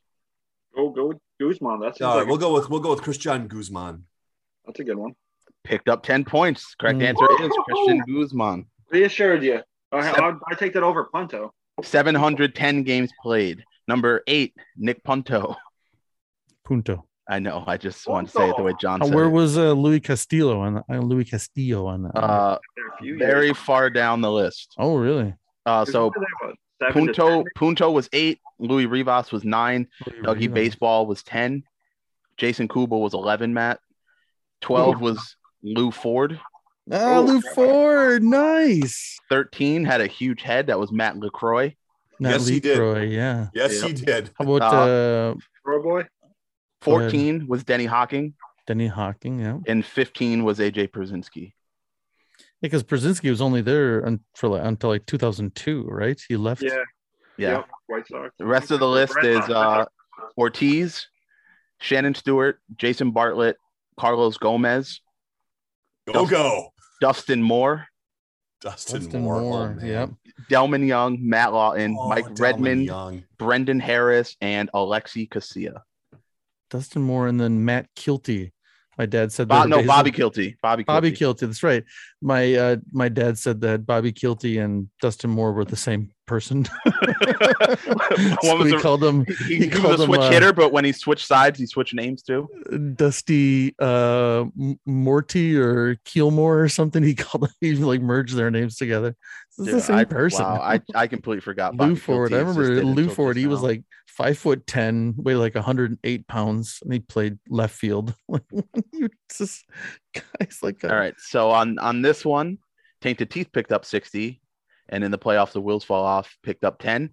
C: Go go with Guzman. That's
E: all
C: like,
E: right, Uh, we'll go with we'll go with Christian Guzman.
C: that's a good one.
B: Picked up 10 points. Correct
D: Mm.
B: answer is Christian Guzman.
C: Reassured you. I,
B: Sep-
C: I, I take that over Punto.
B: 710 games played. Number eight, Nick Punto.
D: Punto.
B: I know. I just want to say it the way John
D: Uh,
B: said
D: where
B: it.
D: was uh, Louis Castillo on uh, Louis Castillo on that?
B: Uh,
C: There are a few
B: very
C: years.
B: far down the list.
D: oh, really?
B: Uh, so
C: There was seven to
B: Punto
C: ten.
B: Punto was eight. Louis Rivas was nine. Dougie Baseball was 10. Jason Kubel was 11, Matt. 12 was Lou Ford.
D: Ah,
C: Oh,
D: Lou
C: crap.
D: Ford. Nice.
B: 13 had a huge head. That was Matt LaCroix.
D: Not
E: Yes, he did.
D: Leroy, Yeah.
E: Yes, he did.
D: How about uh,
C: Pro boy.
D: Go ahead.
B: 14 was Denny Hocking.
D: Denny Hawking? Yeah.
B: And 15 was AJ Przinski.
D: Because Brzezinski was only there un- for like, until like 2002, right? He left.
C: Yeah.
B: Yeah.
C: Yep, White Sox.
B: The rest of the list
C: Red
B: is
C: Sox.
B: uh, Ortiz, Shannon Stewart, Jason Bartlett, Carlos Gomez,
E: Go go,
B: Dustin Moore,
E: Dustin,
D: Dustin
E: Moore.
D: Moore.
E: Oh, man.
D: Yep.
B: Delman Young, Matt Lawton,
E: Oh,
B: Mike
E: Dalvin
B: Redmond,
E: Young.
B: Brendan Harris, and Alexi Casilla.
D: Dustin Moore and then Matt Kilty. My dad said
B: Bo-
D: that
B: no,
D: Basil-
B: Bobby Kilty. Bobby Kilty.
D: Bobby Kilty. That's right. My uh, my dad said that Bobby Kilty and Dustin Moore were the same person.
B: What
D: so
B: was
D: we
B: the-
D: called him
B: He, he,
D: You
B: he
D: called
B: was a
D: him,
B: switch
D: uh,
B: hitter, but when he switched sides, he switched names too.
D: Dusty uh, M- Morty or Keelmore or something. He called he like merged their names together. It's the
B: Dude,
D: same
B: I,
D: person.
B: Wow, I, I completely forgot.
D: Lou
B: Bobby
D: Ford.
B: Phil
D: I
B: Tease
D: remember
B: existed
D: Lou
B: until
D: Ford.
B: just
D: He was
B: now.
D: like five foot ten, weighed like 108 pounds, and he played left field. you just guys like uh, that.
B: All right. So on on this one, Tainted Teeth picked up 60, and in the playoffs, the Wheels Fall Off picked up 10.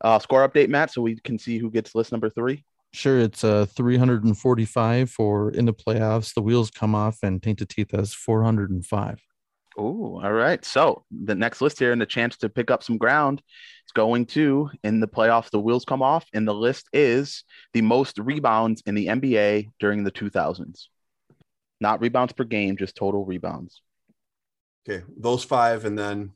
B: Uh, score update, Matt, so we can see who gets list number three.
D: Sure, it's uh 345 for in the playoffs. The wheels come off, and Tainted Teeth has 405.
B: Oh, all right. So the next list here and the chance to pick up some ground is going to in the playoffs. The wheels come off, and the list is the most rebounds in the NBA during the 2000s. Not rebounds per game, just total rebounds.
E: Okay, those five, and then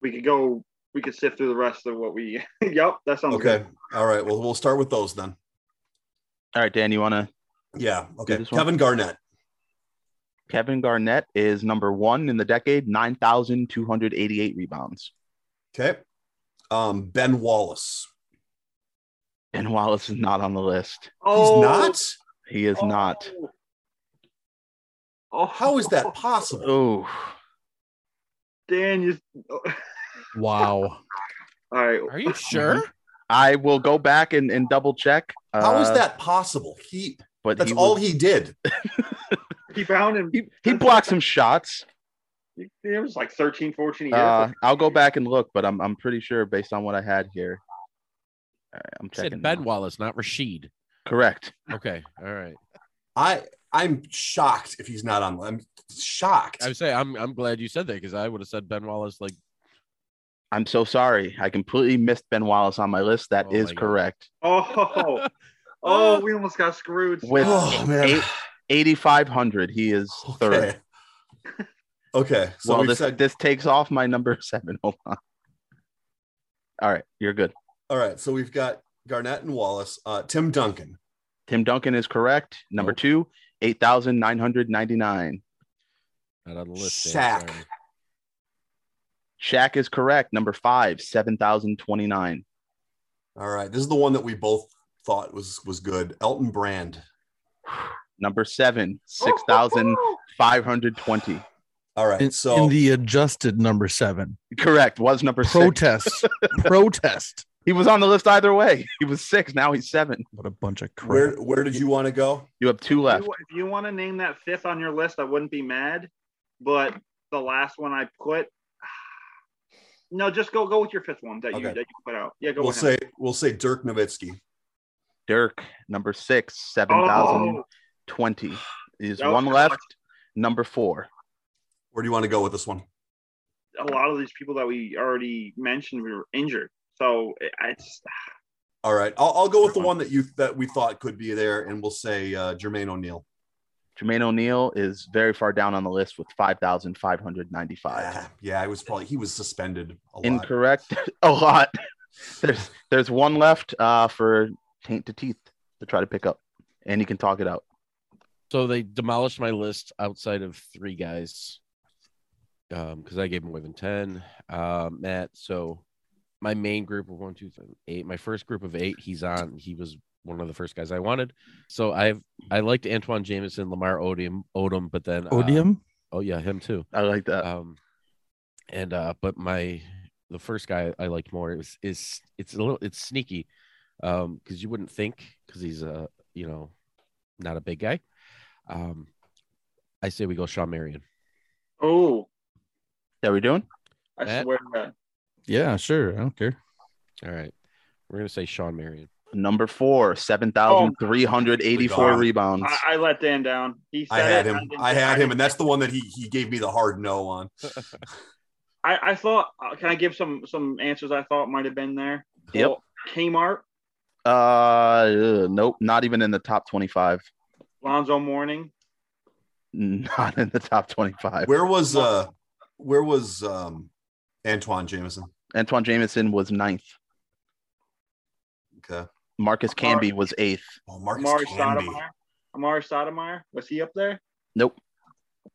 C: We could go. We could sift through the rest of what we. yep, that sounds
E: okay,
C: good.
E: all right. Well, we'll start with those then.
B: All right, Dan, you want to?
E: Yeah. Okay.
B: this one.
E: Kevin Garnett.
B: Kevin Garnett is number one in the decade, 9,288 rebounds.
E: Okay. Um, ben Wallace.
B: Ben Wallace is not on the list.
E: He's not.
B: He is not.
C: Oh,
E: How is that possible?
B: Oh,
C: Dan, you. oh,
D: Wow.
C: All right.
F: Are you sure?
B: I will go back and, and double check.
E: How is
B: uh,
E: that possible? He.
B: But
E: That's
B: he
E: all
B: was-
E: he did.
C: He found him.
B: he, he blocked some shots.
C: He, he was like 13, 14 years.
B: Uh, I'll go back and look, but I'm I'm pretty sure based on what I had here. All right, I'm
F: I said
B: checking.
F: Ben
B: now.
F: Wallace, not Rashid.
B: Correct.
F: Okay. All right.
E: I. I'm shocked if he's not on. I'm shocked.
F: I would say I'm I'm glad you said that because I would have said Ben Wallace like
B: I'm so sorry. I completely missed Ben Wallace on my list. That
F: Oh
B: is
F: my God.
B: correct.
C: oh, oh, we almost got screwed.
B: With
E: oh man.
B: eight- 8,500, he is third.
E: Okay. Okay. So
B: well,
E: we've
B: this
E: said
B: this takes off my number seven. Hold on. All right, you're good.
E: all right. So we've got Garnett and Wallace. Uh, Tim Duncan.
B: Tim Duncan is correct. Number
F: Nope.
B: two, 8,999.
F: not on the list. Dan,
E: Shaq.
F: sorry.
B: Shaq is correct. Number five, 7,029.
E: All right. This is the one that we both thought was was good. Elton Brand.
B: Number
E: Oh,
B: seven,
C: Oh!
B: 6,520.
E: All right.
D: In,
E: so
D: in the adjusted number seven,
B: Correct. Was number six.
D: protest, protest.
B: He was on the list either way. He was six. Now he's seven.
D: What a bunch of crap.
E: where where did you want to go?
B: You have two
C: If
B: left.
C: you, if you want to name that fifth on your list, I wouldn't be mad. But the last one I put, no, just go go with your fifth one that you
E: Okay.
C: that you put out. Yeah, go
E: We'll
C: with him.
E: say we'll say Dirk Nowitzki.
B: Dirk, number six,
C: Oh,
B: 7,020. Is
C: That was
B: one
C: close.
B: left. Number four.
E: Where do you want to go with this one?
C: Oh, a lot of these people that we already mentioned were injured, so it- it's
E: All right. I'll, I'll go with the one that you that we thought could be there, and we'll say uh, Jermaine O'Neal.
B: Jermaine O'Neal is very far down on the list with 5,595.
E: Ah, yeah, I was probably he was suspended a lot.
B: Incorrect. a lot. There's there's one left uh, for Taint to Teeth to try to pick up, and you can talk it out.
F: So they demolished my list outside of three guys because I gave more than 10. Uh, Matt, so my main group of one, two, three, eight, my first group of eight, he's on. He was one of the first guys I wanted. So I've I liked Antoine Jameson, Lamar Odom, Odom, but then uh,
D: Odium?
F: oh yeah, him too.
B: I like that.
E: Uh.
F: Um, and uh, but my the first guy I liked more is is it's a little it's sneaky, um, because you wouldn't think because he's a you know not a big guy. Um, I say we go Sean Marion.
C: oh,
B: that we doing?
C: I
F: Matt?
C: swear to God.
D: Yeah, sure. I don't care.
F: All right, we're gonna say Sean Marion.
B: Number four, 7,384
E: Oh.
B: rebounds.
C: I, I let Dan down. He said
E: I had
C: it,
E: him.
C: didn't-
E: I had him, and that's the one that he he gave me the hard no on.
C: I, I thought. uh, Can I give some some answers? I thought might have been there.
B: Yep.
C: Well, Kmart,
B: Uh, uh, nope, not even in the top 25.
C: Lonzo Mourning.
B: Not in the top 25.
E: Where was uh where was um Antoine Jameson?
B: Antoine Jameson was ninth.
E: Okay.
B: Marcus Camby was eighth.
E: Oh, Marcus
C: Amari
E: Camby.
C: Stoudemire. Amari Stoudemire. Was he up there?
B: Nope.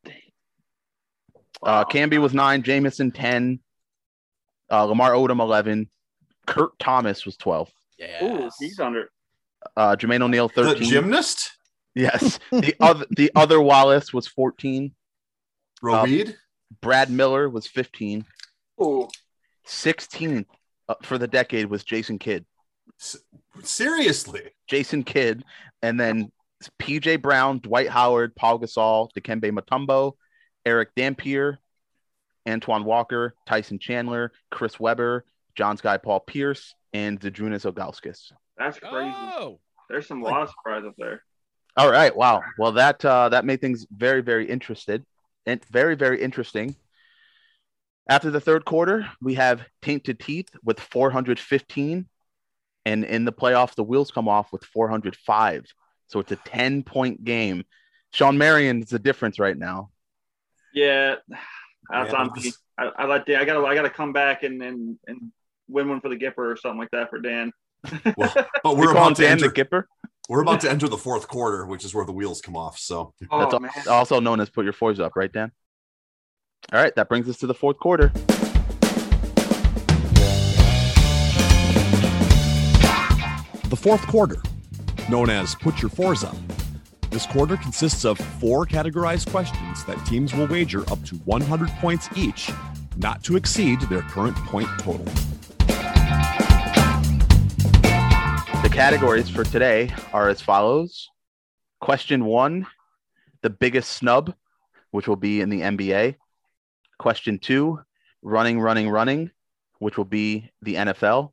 C: Dang.
B: Uh,
C: Wow.
B: Camby was nine. Jameson ten. Uh, Lamar Odom, 11. Kurt Thomas was 12.
C: Ooh, he's under.
B: Uh, Jermaine O'Neal,
E: The
B: 13.
E: gymnast,
B: Yes. The other, the other Wallace was 14.
E: Roweed.
B: Brad Miller was 15.
C: Ooh,
B: 16 uh, for the decade was Jason Kidd.
E: Seriously,
B: Jason Kidd, and then PJ Brown, Dwight Howard, Paul Gasol, Dikembe Mutombo, Eric Dampier, Antoine Walker, Tyson Chandler, Chris Webber, John Sky Paul Pierce, and Zdrunas Ogauskas.
C: that's crazy.
F: Oh,
C: There's some lot of surprise up there.
B: All right, wow. Well, that uh, that made things very, very interested and very, very interesting. After the third quarter, we have Tainted Teeth with 415, and in the playoffs, the wheels come off with 405. So it's a 10 point game. Sean Marion is the difference right now.
C: Yeah, that's
E: Yeah,
C: on
E: this-
C: me. I, I like the, I gotta I gotta come back and and and win one for the Gipper or something like that for Dan.
E: Well, but
B: We
E: we're
B: call him
E: about to
B: Dan
E: enter.
B: the Gipper.
E: We're about to enter the fourth quarter, which is where the wheels come off. So
C: Oh
B: That's al-
C: man,
B: also known as put your fours up, right, Dan? All right, that brings us to the fourth quarter.
H: The fourth quarter, known as Put Your Fours Up. This quarter consists of four categorized questions that teams will wager up to 100 points each, not to exceed their current point total.
B: The categories for today are as follows. Question one, the biggest snub, which will be in the NBA. Question two, running, running, running, which will be the NFL.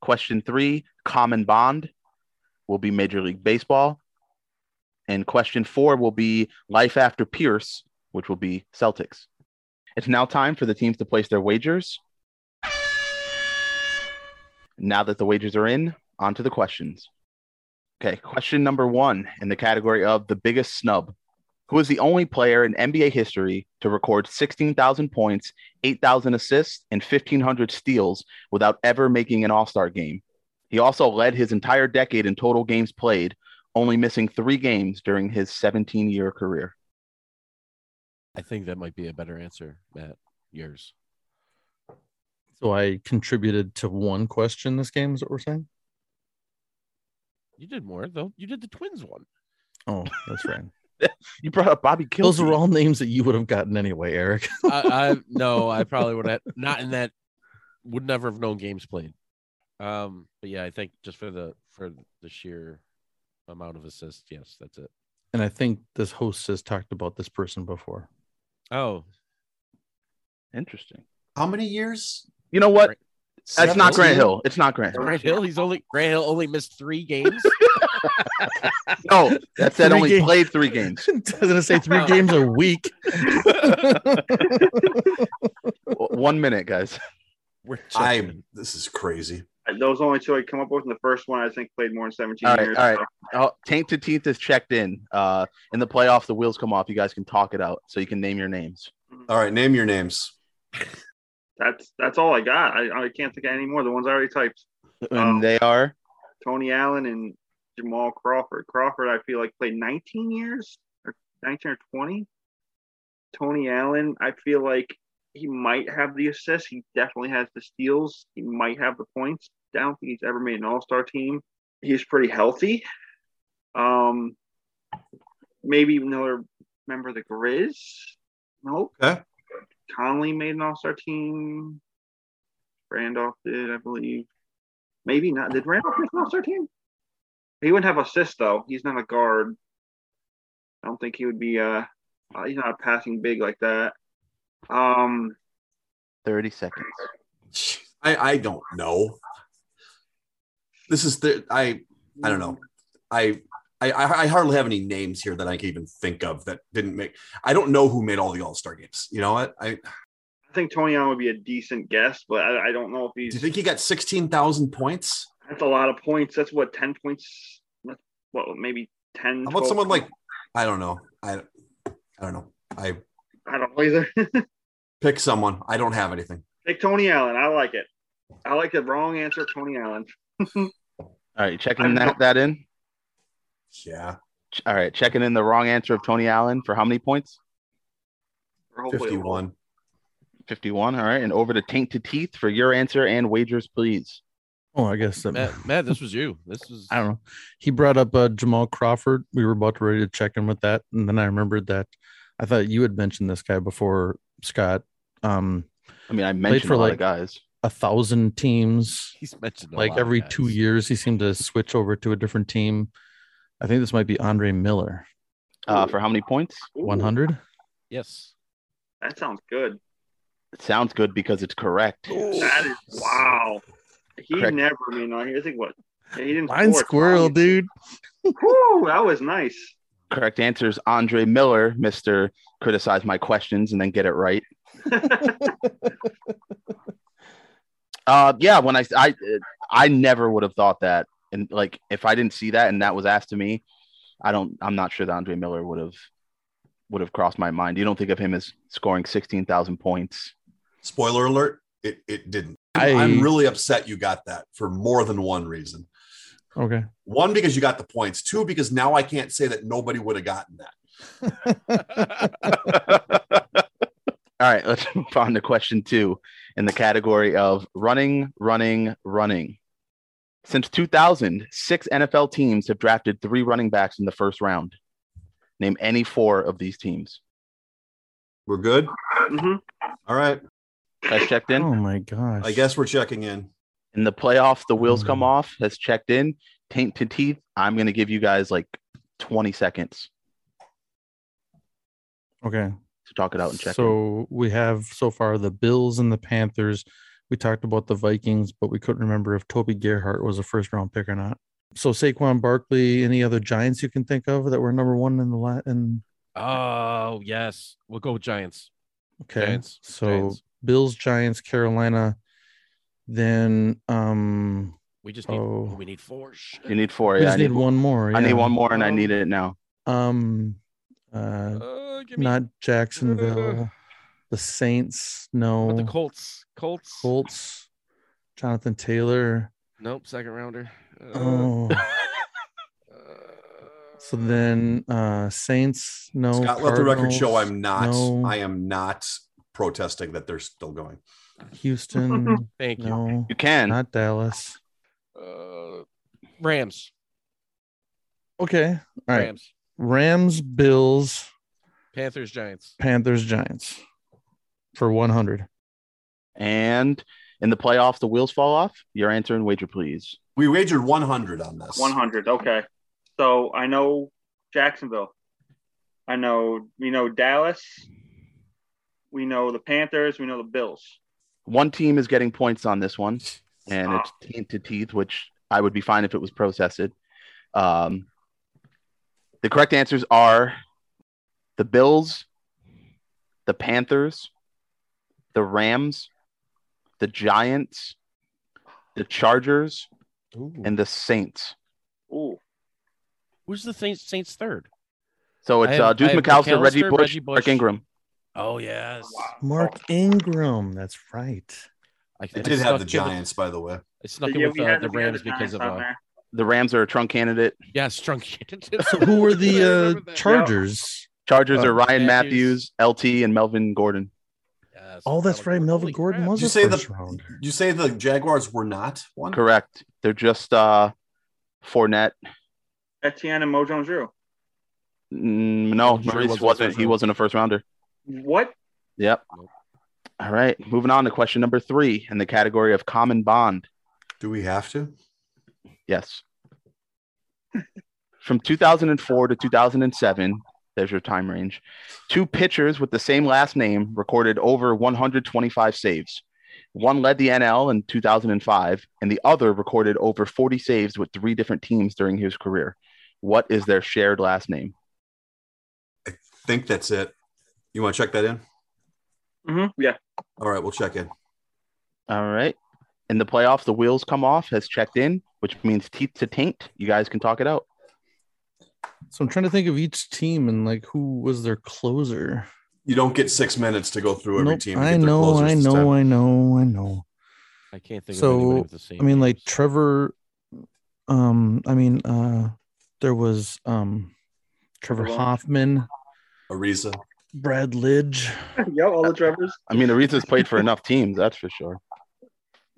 B: Question three, common bond, will be Major League Baseball. And question four will be life after Pierce, which will be Celtics. It's now time for the teams to place their wagers. Now that the wagers are in, on to the questions. Okay, question number one in the category of the biggest snub. Who is the only player in NBA history to record 16,000 points, 8,000 assists, and 1,500 steals without ever making an All Star game? He also led his entire decade in total games played, only missing three games during his 17 year career.
F: I think that might be a better answer, Matt. Yours.
D: So I contributed to one question this game, is what we're saying?
F: You did more though. You did the twins one.
D: Oh, that's right.
B: You brought up Bobby Kills.
D: Those are all names that you would have gotten anyway, Eric.
F: I, I no, I probably would have not in that would never have known games played. Um, but yeah, I think just for the for the sheer amount of assists, yes, that's it.
D: And I think this host has talked about this person before.
F: Oh,
B: Interesting.
E: how many years?
B: You know what? That's not Grant
E: Seventeen?
B: Hill. It's not Grant Hill.
F: Grant Hill. He's only Grant Hill only missed three games.
B: No, that said
D: Three
B: only
D: games.
B: played three games.
D: Doesn't it say three games a week?
B: W- One minute, guys.
F: We're
E: I.
F: checking.
E: This is crazy.
C: those only two I come up with. And the first one I think played more than 17
B: All right,
C: years.
B: all right. Oh, Tainted Teeth is checked in. Uh, in the playoffs, the wheels come off. You guys can talk it out, so you can name your names.
E: All right, name your names.
C: That's that's all I got. I, I can't think of any more. The ones I already typed.
B: And
C: Oh.
B: they are
C: Tony Allen and Jamal Crawford. Crawford, I feel like played 19 years or 19 or 20. Tony Allen, I feel like he might have the assists. He definitely has the steals. He might have the points. I don't think he's ever made an All Star team. He's pretty healthy. Um, maybe another member of the Grizz. Nope.
E: Okay.
C: Conley made an All Star team. Randolph did, I believe. Maybe not. Did Randolph make an All Star team? He wouldn't have assists though. He's not a guard. I don't think he would be. Uh, uh, he's not a passing big like that. Um,
B: 30 seconds.
E: I I don't know. This is the I I don't know. I I I I hardly have any names here that I can even think of that didn't make. I don't know who made all the All Star games. You know what? I
C: I think Tony Allen would be a decent guess, but I, I don't know if
E: do
C: he's.
E: you think he got sixteen thousand points?
C: that's a lot of points. That's what ten points. That's what maybe ten.
E: How
C: 12
E: about someone like I don't know. I I don't know. I
C: I don't know either.
E: pick someone. I don't have anything.
C: Take Tony Allen. I like it. I like the wrong answer, Tony Allen.
B: All right,
C: I'm
B: checking that, that in.
E: Yeah,
B: Ch- All right, checking in the wrong answer of Tony Allen for how many points?
C: Or hopefully-
E: fifty one.
B: 51. All right. And over to Taint to Teeth for your answer and wagers, please.
D: Oh, I guess that
F: Matt, Matt, this was you. This was
D: I don't know. He brought up uh, Jamal Crawford. We were about to ready to check in with that, and then I remembered that I thought you had mentioned this guy before, Scott. Um,
B: I mean, I mentioned
D: for,
B: a lot
D: like-
B: of guys.
D: a thousand teams,
F: he's mentioned a
D: like
F: lot of
D: every
F: guys.
D: two years, he seemed to switch over to a different team. I think this might be Andre Miller,
B: Uh, for how many points?
C: Ooh,
D: one hundred.
F: Yes.
C: That sounds good.
B: It sounds good because it's correct.
C: That is wow. He
B: Correct.
C: never, I mean, I think what he didn't.
D: Line
C: score,
D: squirrel,
C: obviously.
D: dude.
C: Whew, that was nice.
B: Correct answer is Andre Miller, Mr. Criticize My Questions and then get it right. Uh, yeah, when I, I, I never would have thought that. And like, if I didn't see that and that was asked to me, I don't, I'm not sure that Andre Miller would have, would have crossed my mind. You don't think of him as scoring 16,000 points.
E: Spoiler alert, it, it didn't.
D: I-
E: I'm really upset you got that for more than one reason.
D: Okay.
E: One, because you got the points. Two, because now I can't say that nobody would have gotten that.
B: All right, let's move on to question two in the category of running, running, running. Since 2000, six NFL teams have drafted three running backs in the first round. Name any four of these teams.
E: We're good.
C: hmm
E: All right.
B: Has checked in.
D: Oh my gosh.
E: I guess we're checking in.
B: In the playoffs, the wheels come
D: Hmm.
B: off, has checked in. Taint to teeth. I'm going to give you guys like 20 seconds
D: Okay.
B: to talk it out and check in.
D: So we have so far the Bills and the Panthers. We talked about the Vikings, but we couldn't remember if Toby Gerhart was a first round pick or not. So Saquon Barkley, any other Giants you can think of that were number one in the la- in
F: Oh yes. We'll go with Giants.
D: okay.
F: Giants.
D: So
F: Giants.
D: Bills, Giants, Carolina, then um
F: We just need
D: Oh.
F: we need four. Shit.
B: You need four.
D: we
B: Yeah, I
D: just
B: need,
D: need one more.
B: I need
D: yeah.
B: one more and I need it now.
D: Um uh
F: Uh, give me
D: not Jacksonville, the Saints, no
F: what the Colts. Colts.
D: Colts, Jonathan Taylor.
F: Nope. Second rounder. Uh,
D: Oh, so then uh Saints, no.
E: Scott, let the record show
D: Cardinals,
E: I'm not.
D: No,
E: I am not protesting that they're still going.
D: Houston,
F: thank you.
D: no,
B: You can.
D: not Dallas.
F: Uh, Rams.
D: Okay, all right.
F: Rams.
D: Rams, Bills,
F: Panthers. Giants.
D: Panthers, Giants for 100.
B: And in the playoffs, the wheels fall off. Your answer and wager, please.
E: We wagered 100 on this.
C: One hundred. Okay. So I know Jacksonville. I know we know Dallas. We know the Panthers. We know the Bills.
B: One team is getting points on this one, and
C: Ah.
B: it's teeth to teeth, which I would be fine if it was processed. Um, the correct answers are the Bills, the Panthers, the Rams, the Giants, the Chargers, and the Saints.
C: Ooh.
F: Who's the Saints? Saints third.
B: So it's
F: I have-
B: uh, Deuce
F: I have
B: McAllister,
F: McAllister,
B: Reggie Bush,
F: Reggie Bush.
B: Mark Ingram.
F: Oh yes.
D: Mark Ingram, that's right.
F: I,
E: It
F: I
E: did have
F: snuck
E: the
F: in
E: Giants, by the way.
F: I snuck
C: Yeah,
F: in with
C: we
F: uh,
C: had-
F: the
C: we had
F: Rams because
C: Giants
F: of
C: on
F: uh,
C: there.
B: The Rams are a trunk candidate.
F: yes, truncated.
D: So who were
F: I
D: the
F: remember
D: uh,
F: that.
D: Chargers?
B: Chargers
D: Uh,
B: are Ryan
F: Matthews.
B: Matthews, LT, and Melvin Gordon.
F: Yes,
D: Oh, that's right. Melvin
F: Holy
D: Gordon
F: crap.
D: was
E: Did you
D: a
E: say the-
D: first rounder.
E: You say the Jaguars were not one?
B: Correct. They're just uh Fournette.
C: Etienne and Mo Jones Drew.
B: Mm, no,
F: I'm sure he
B: Maurice
F: wasn't
B: wasn't.
F: a first
B: he
F: rounder.
B: wasn't a first rounder.
C: What?
B: Yep.
F: Nope.
B: All right. Moving on to question number three in the category of common bond.
E: Do we have to?
B: Yes. From 2004 to 2007, there's your time range. Two pitchers with the same last name recorded over 125 saves. One led the NL in 2005, and the other recorded over 40 saves with three different teams during his career. What is their shared last name?
E: Think that's it. You want to check that in?
C: hmm Yeah.
E: All right, we'll check in.
B: All right. In the playoffs, the wheels come off, has checked in, which means teeth to taint. You guys can talk it out.
D: So I'm trying to think of each team and like who was their closer.
E: You don't get six minutes to go through every
D: Nope,
E: team. and
D: I
E: get their
D: know,
E: closers
D: I
E: this
D: know,
E: time.
D: I know, I know.
F: I can't think
D: So,
F: of anybody with the same.
D: I mean, like
F: names.
D: Trevor. Um, I mean, uh, there was um, Trevor
C: Trevor Lawrence.
D: Hoffman,
E: Ariza,
D: Brad Lidge.
C: Yo, all the Trevors.
B: I mean, Ariza's played for enough teams, that's for sure.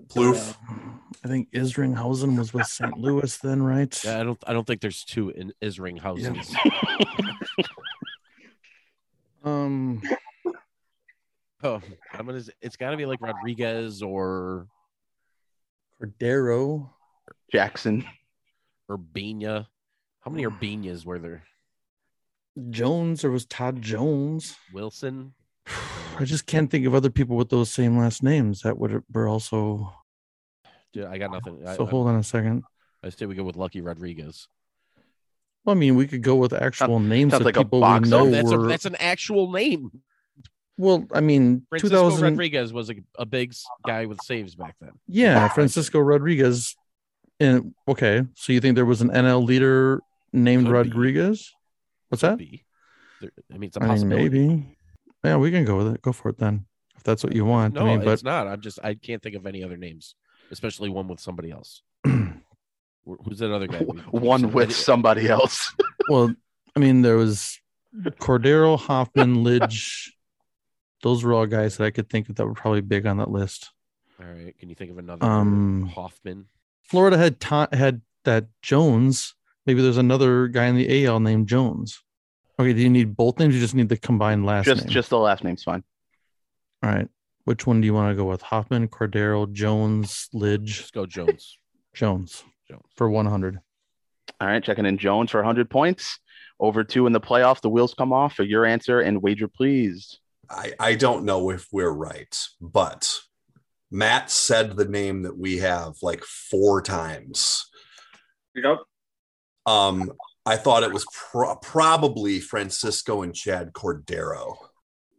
E: Ploof.
D: Uh, I think Isringhausen was with St. Louis then, right?
F: Yeah, I don't. I don't think there's two in Isring houses.
D: Um,
F: Oh, I'm gonna. It's got to be like Rodriguez or
D: Cordero.
B: Jackson.
F: Urbina. How many Urbinas were there?
D: Jones, or was Todd Jones?
F: Wilson.
D: I just can't think of other people with those same last names that would were also.
F: Dude, I got nothing. I,
D: So hold on a second.
F: I, I say we go with Lucky Rodriguez.
D: Well, I mean, we could go with actual names
B: sounds
D: of
B: like a
D: people we
B: boxer.
D: know
F: No, that's a,
D: were.
F: that's an actual name.
D: well, I mean,
F: Francisco
D: 2000.
F: Rodriguez was a, a big s-
D: Uh-huh.
F: guy with saves back then.
D: Yeah, Francisco Rodriguez. And okay, so you think there was an NL leader named
F: Could be.
D: Rodriguez? What's
F: Could
D: that?
F: be. There- I mean, it's a
D: I mean,
F: possibility.
D: maybe. Yeah, we can go with it. Go for it then, if that's what you want.
F: No,
D: I mean, but
F: it's not. I'm just. I can't think of any other names, especially one with somebody else. Wh- Who's that other guy? we-
B: One with
F: somebody-
B: somebody else.
D: well, I mean, there was Cordero, Hoffman, Lidge. Those were all guys that I could think of that were probably big on that list.
F: All right. Can you think of another?
D: Um,
F: Hoffman.
D: Florida had ta- had that Jones. Maybe there's another guy in the AL named Jones. Okay, do you need both names? You just need the combined last
B: just
D: name.
B: just the last name's fine.
D: All right. Which one do you want to go with? Hoffman, Cordero, Jones, Lidge,
F: Just go Jones.
D: Jones
F: Jones.
D: for 100.
B: All right, checking in Jones for 100 points. Over two in the playoff. The wheels come off for your answer and wager, please.
E: I, I don't know if we're right, but Matt said the name that we have like four times.
C: Yep.
E: Um, I thought it was pro- probably Francisco and Chad Cordero.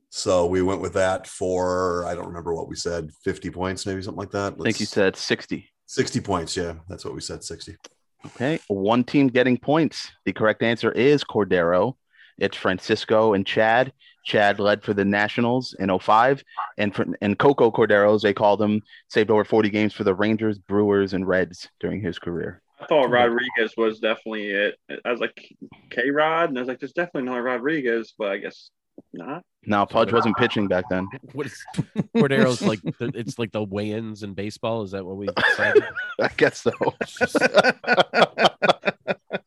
E: So we went with that for I don't remember what we said, 50 points, maybe something like that.
B: I think you said 60.
E: 60 points. Yeah, that's what we said. 60.
B: Okay, one team getting points. The correct answer is Cordero. It's Francisco and Chad. Chad led for the Nationals in 05, and Fr- and Coco Cordero, as they called him, saved over 40 games for the Rangers, Brewers, and Reds during his career.
C: I thought Rodriguez was definitely it. I was like K Rod, and I was like, there's definitely another Rodriguez, but I guess not.
B: Now, Pudge wasn't pitching back then.
F: What is Cordero's like? the- It's like the weigh-ins in baseball. Is that what we decided?
B: I guess so.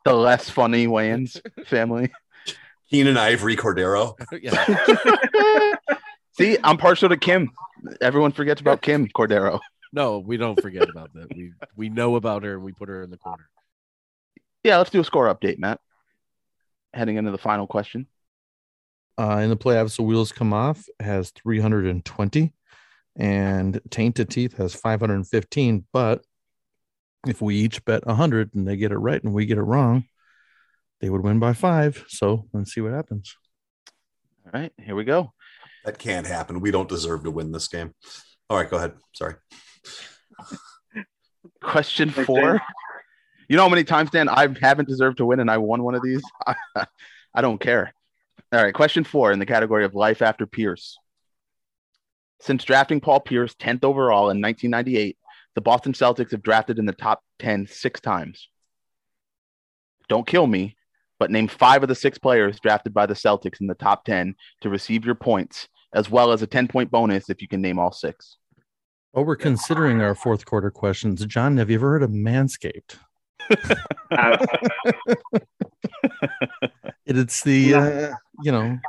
B: the less funny Wayans family.
E: Keenan Ivory Cordero.
F: yeah.
B: See, I'm partial to Kim. Everyone forgets about Kim Cordero.
F: No, we don't forget about that. We we know about her and we put her in the corner.
B: Yeah, let's do a score update, Matt. Heading into the final question.
D: Uh, in the playoffs, the wheels come off has 320, and Tainted Teeth has 515. But if we each bet 100 and they get it right and we get it wrong, they would win by five. So let's see what happens.
B: All right, here we go.
E: That can't happen. We don't deserve to win this game. All right, go ahead. Sorry.
B: Question
C: Thanks,
B: four.
C: Dan.
B: You know how many times, Dan, I haven't deserved to win and I won one of these? I don't care. All right. Question four in the category of life after Pierce. Since drafting Paul Pierce 10th overall in 1998, the Boston Celtics have drafted in the top 10 six times. Don't kill me, but name five of the six players drafted by the Celtics in the top 10 to receive your points, as well as a 10 point bonus if you can name all six.
D: Oh, we're considering our fourth quarter questions. John, have you ever heard of Manscaped?
C: I,
D: It- It's the
C: No.
D: uh, you know,
C: You gonna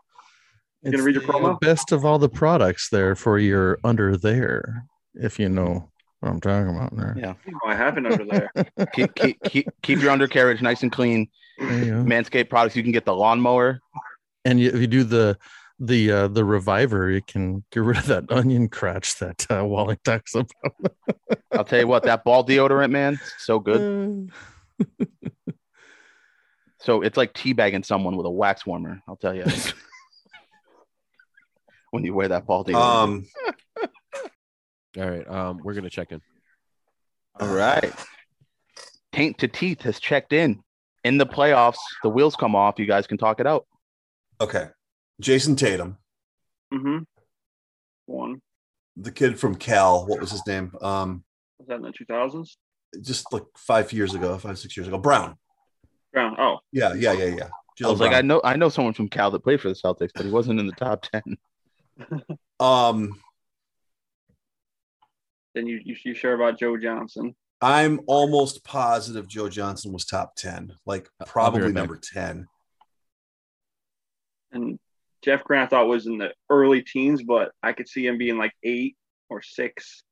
D: it's
C: read your
D: the uh,
C: promo?
D: best of all the products there for your under there, if you know what I'm talking about. There,
B: Yeah.
C: I haven't under there.
B: keep, keep, keep, keep your undercarriage nice and clean.
D: There you go.
B: Manscaped products, you can get the lawnmower.
D: and you, if you do the the uh, the reviver, you can get rid of that onion crotch that uh, Wally talks about.
B: I'll tell you what, that ball deodorant, man, so good. So it's like teabagging someone with a wax warmer. I'll tell you. when you wear that ball deodorant.
E: Um,
F: All right. Um, we're gonna check in.
B: All right. Taint to Teeth has checked in. In the playoffs, the wheels come off. You guys can talk it out.
E: okay. Jason Tatum,
C: Mm-hmm. One.
E: the kid from Cal. What was his name? Um,
C: Was that in the 2000s?
E: just like five years ago, five, six years ago. Brown.
C: Brown. Oh,
E: Yeah, yeah, yeah, yeah. Jalen
B: I was like,
E: Brown.
B: I know, I know someone from Cal that played for the Celtics, but he wasn't in the top ten.
E: Um,
C: Then you, you you sure about Joe Johnson?
E: I'm almost positive Joe Johnson was top 10, like
F: I'll be
E: probably
F: right back.
E: number 10.
C: And Jeff Grant I thought was in the early teens, but I could see him being like eight or six.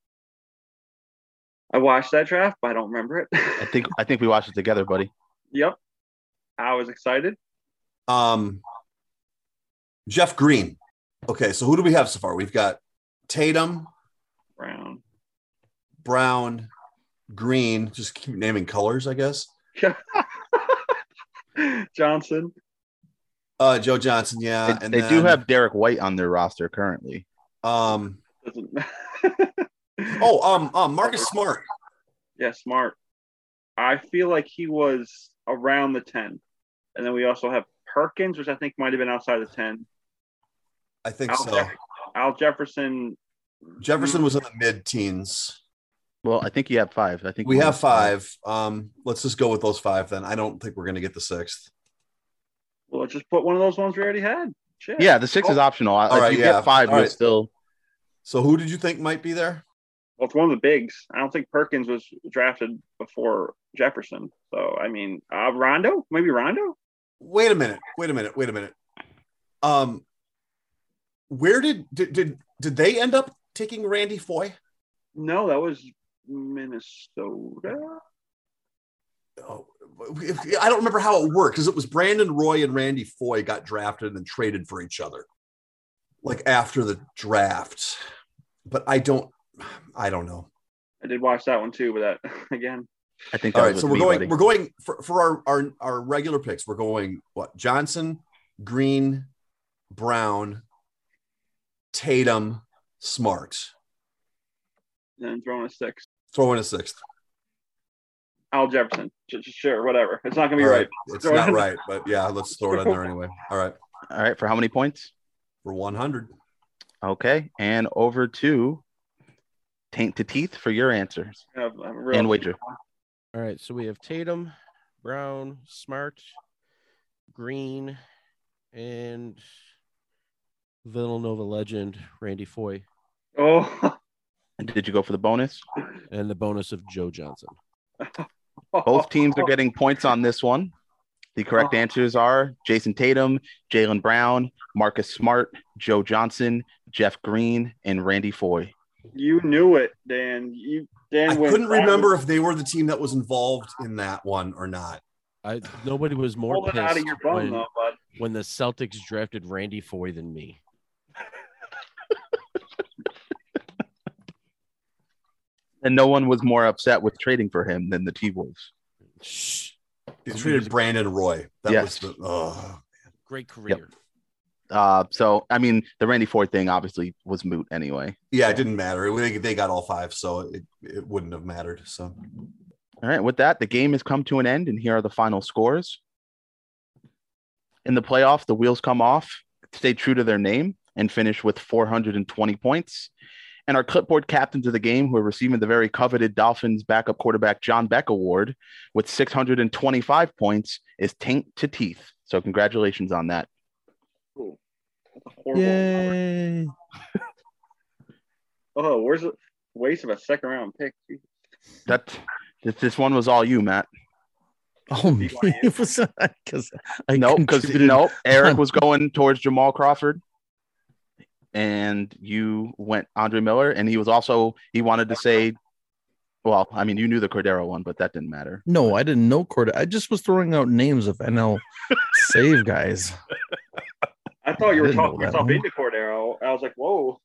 C: I watched that draft, but I don't remember it.
B: I think, I think we watched it together, buddy.
C: yep, I was excited.
E: Um, Jeff Green. Okay, so who do we have so far? We've got Tatum,
C: Brown.
E: Brown, Green. Just keep naming colors, I guess.
C: Johnson.
E: Uh, Joe Johnson,
B: They,
E: yeah.
B: they do
E: then,
B: have Derek White on their roster currently.
E: Um,
C: Doesn't.
E: oh, um, um, Marcus Smart.
C: yeah, smart. I feel like he was around the ten, and then we also have Perkins, which I think might have been outside the ten.
E: I think
C: Al,
E: so.
C: Jeff- Al Jefferson.
E: Jefferson was in the mid-teens.
B: Well, I think you have five. I think
E: We have five. Um, let's just go with those five then. I don't think we're gonna get the sixth.
C: Well, just put one of those ones we already had. Shit.
B: Yeah, the six is optional. I-
E: All
B: if
E: right,
B: you
E: yeah.
B: get five,
E: All
B: you're
E: right.
B: still.
E: So who did you think might be there?
C: Well, Oh, it's one of the bigs. I don't think Perkins was drafted before Jefferson. So, I mean, uh, Rondo? Maybe Rondo?
E: Wait a minute. Wait a minute. Wait a minute. Um, where did did did, did they end up taking Randy Foy?
C: No, that was Minnesota.
E: Oh, if- I don't remember how it worked because it was Brandon Roy and Randy Foy got drafted and traded for each other, like after the draft. But I don't, I don't know.
C: I did watch that one too, but that, again,
B: I think. That
E: All right,
B: was
E: so
B: with
E: we're
B: me,
E: going.
B: buddy.
E: We're going for, for our, our our regular picks. We're going what Johnson, Green, Brown, Tatum, Smart.
C: then throwing a six.
E: Throw in a sixth.
C: Al Jefferson. J- j- Sure, whatever. It's not going to
E: All
C: be
E: right,
C: right.
E: it's
C: Throw it
E: not
C: in.
E: right, but yeah, let's throw it in there anyway. All right,
B: All right, for how many points?
E: for one hundred.
B: Okay, and over to Taint to Teeth for your answers
C: I have- I have a real-
B: and wager.
F: All right, so we have Tatum, Brown, Smart, Green, and Villanova legend Randy Foy,
C: Oh,
B: And Did you go for the bonus?
F: and the bonus of Joe Johnson.
E: Oh.
B: Both teams are getting points on this one. The correct answers are Jason Tatum, Jalen Brown, Marcus Smart, Joe Johnson, Jeff Green, and Randy Foy.
C: You knew it, Dan. You Dan.
E: I
C: went-
E: couldn't remember if they were the team that was involved in that one or not.
F: I nobody was more
C: Pull it
F: pissed
C: out of your
F: when,
C: bone, though, bud.
F: when the Celtics drafted Randy Foy than me.
B: And no one was more upset with trading for him than the T Wolves.
F: Shh.
E: They treated Brandon Roy. That
B: Yes.
E: was the. Uh,
F: Great career.
B: Uh, so, I mean, the Randy Foy thing obviously was moot anyway.
E: yeah, it didn't matter. They, they got all five, so it, it wouldn't have mattered. So
B: All right, with that, the game has come to an end, and here are the final scores. In the playoff, the wheels come off, stay true to their name, and finish with 420 points. And our clipboard captains of the game, who are receiving the very coveted Dolphins backup quarterback John Beck Award with 625 points, is Taint to Teeth. So, congratulations on that.
C: Cool. That's a horrible number. Oh, where's the waste of a second round pick?
B: That this, this one was all you, Matt.
D: Oh, me. It was because I
B: No, because
D: contributed-
B: no, Eric
D: on.
B: was going towards Jamal Crawford, and you went Andre Miller, and he was also he wanted to say, well, I mean, you knew the Cordero one, but that didn't matter.
D: No, I didn't know Corda. I just was throwing out names of NL save guys.
C: I thought you
D: I
C: were
D: didn't know
C: talking
D: that
C: yourself
D: one.
C: into Cordero. I was like, whoa.
B: All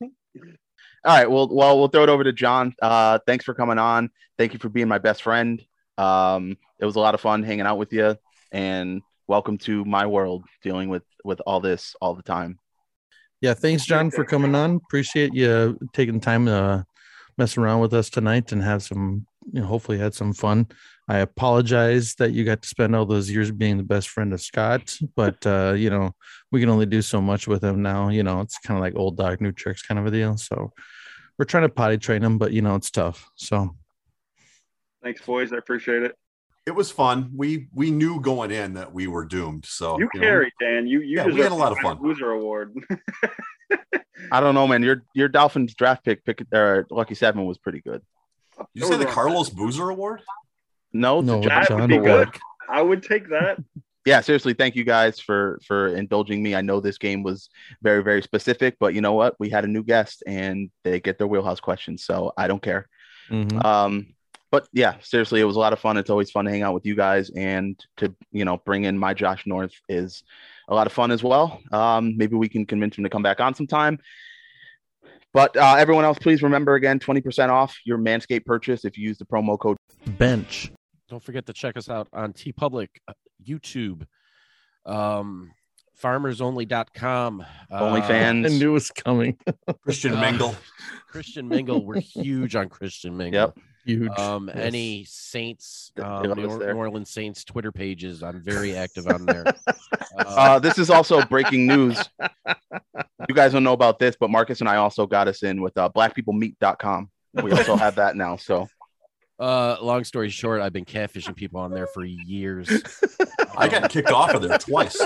B: right, well, well, we'll throw it over to John. Uh, thanks for coming on. Thank you for being my best friend. Um, it was a lot of fun hanging out with you, and welcome to my world, dealing with with all this all the time.
D: Yeah, thanks, John, for coming on. Appreciate you uh, taking time to uh, mess around with us tonight and have some, you know, hopefully had some fun. I apologize that you got to spend all those years being the best friend of Scott, but uh, you know, we can only do so much with him now. You know, it's kind of like old dog, new tricks kind of a deal. So we're trying to potty train him, but you know, it's tough. So
C: Thanks, boys. I appreciate it.
E: it was fun. We we knew going in that we were doomed.
C: You
E: So Oh, you know,
C: carried, Dan. You you
E: Yeah, we
C: deserve
E: had a lot of
C: the
E: fun.
C: Loser award.
B: I don't know, man. Your your Dolphins draft pick, pick or Lucky Seven was pretty good.
E: you say the Carlos Boozer Award?
B: No,
D: No,
B: no
C: That would be
D: Underwood.
C: I would take that.
B: yeah, seriously, thank you guys for for indulging me. I know this game was very very specific, but you know what? We had a new guest and they get their wheelhouse questions, so I don't care.
D: Mhm.
B: Um, but yeah, seriously, it was a lot of fun. It's always fun to hang out with you guys and to you know bring in my Josh North is a lot of fun as well. Um, maybe we can convince him to come back on sometime. But uh, everyone else, please remember again, twenty percent off your Manscaped purchase if you use the promo code.
A: Bench.
F: Don't forget to check us out on T Public, uh, YouTube, um, farmersonly.com, uh,
B: OnlyFans.
D: I knew it was coming.
E: Christian
F: Uh,
E: Mingle.
F: Christian Mingle. We're huge on Christian Mingle.
D: Huge.
F: Um,
D: Yes.
F: any Saints,
B: Th-
F: um,
B: they're
F: New,
B: always
F: Or-
B: there.
F: New Orleans Saints Twitter pages. I'm very active on there. Uh,
B: Uh, this is also breaking news. You guys don't know about this, but Marcus and I also got us in with uh, blackpeoplemeet.com. We also have that now. So
F: uh, long story short, I've been catfishing people on there for years.
E: I got kicked off of there twice.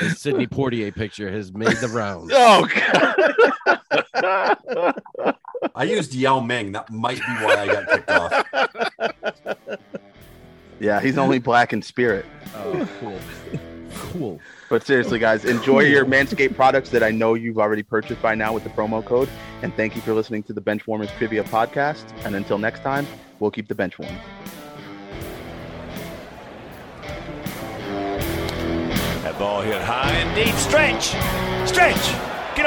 F: The Sydney Portier picture has made the rounds.
B: oh god.
E: I used Yao Ming. That might be why I got kicked off.
B: yeah, he's only black in spirit.
F: Oh, cool. Cool.
B: But seriously, guys, enjoy your Manscaped products that I know you've already purchased by now with the promo code. And thank you for listening to the Benchwarmers Trivia Podcast. And until next time, we'll keep the bench warm.
I: That ball hit high and deep. Stretch. Stretch. Get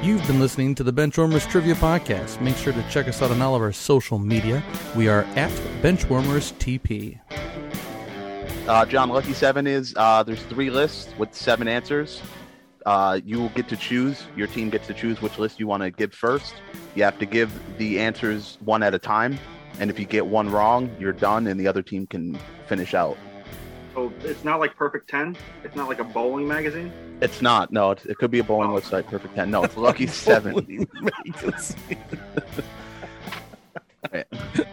A: You've been listening to the Benchwarmers Trivia Podcast. Make sure to check us out on all of our social media. We are at Benchwarmers TP.
B: Uh, John, lucky seven is uh, there's three lists with seven answers. Uh, you will get to choose. Your team gets to choose which list you want to give first. You have to give the answers one at a time, and if you get one wrong, you're done, and the other team can finish out.
C: So it's not like Perfect Ten. It's not like a bowling magazine.
B: It's not. No, it's, it could be a bowling website. Perfect ten. No, it's lucky seven.
D: Holy Vegas.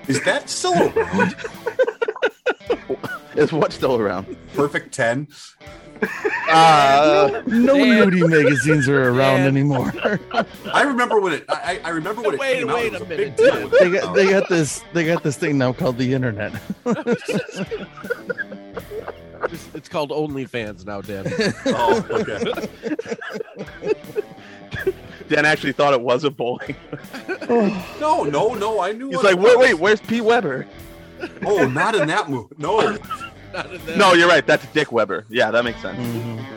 E: Is that still around?
B: Is what still around?
E: Perfect 10.
B: Uh,
D: No
F: Dan.
D: nudie magazines are around
F: Dan.
D: anymore.
E: I remember when it I, I I remember when it
F: Wait,
E: came out. It
F: wait
E: was
F: a
E: a big
F: minute.
E: deal.
D: they got they got this they got this thing now called the internet.
F: It's, it's called OnlyFans now, Dan.
E: Oh, okay.
B: Dan actually thought it was a bowling.
E: No, no, no. I knew
B: He's
E: what
B: like,
E: it
B: wait, wait,
E: was.
B: where's Pete Weber?
E: Oh, not in that move. No.
F: Not in that-
B: No, you're right. That's Dick Weber. Yeah, that makes sense.
D: Mhm.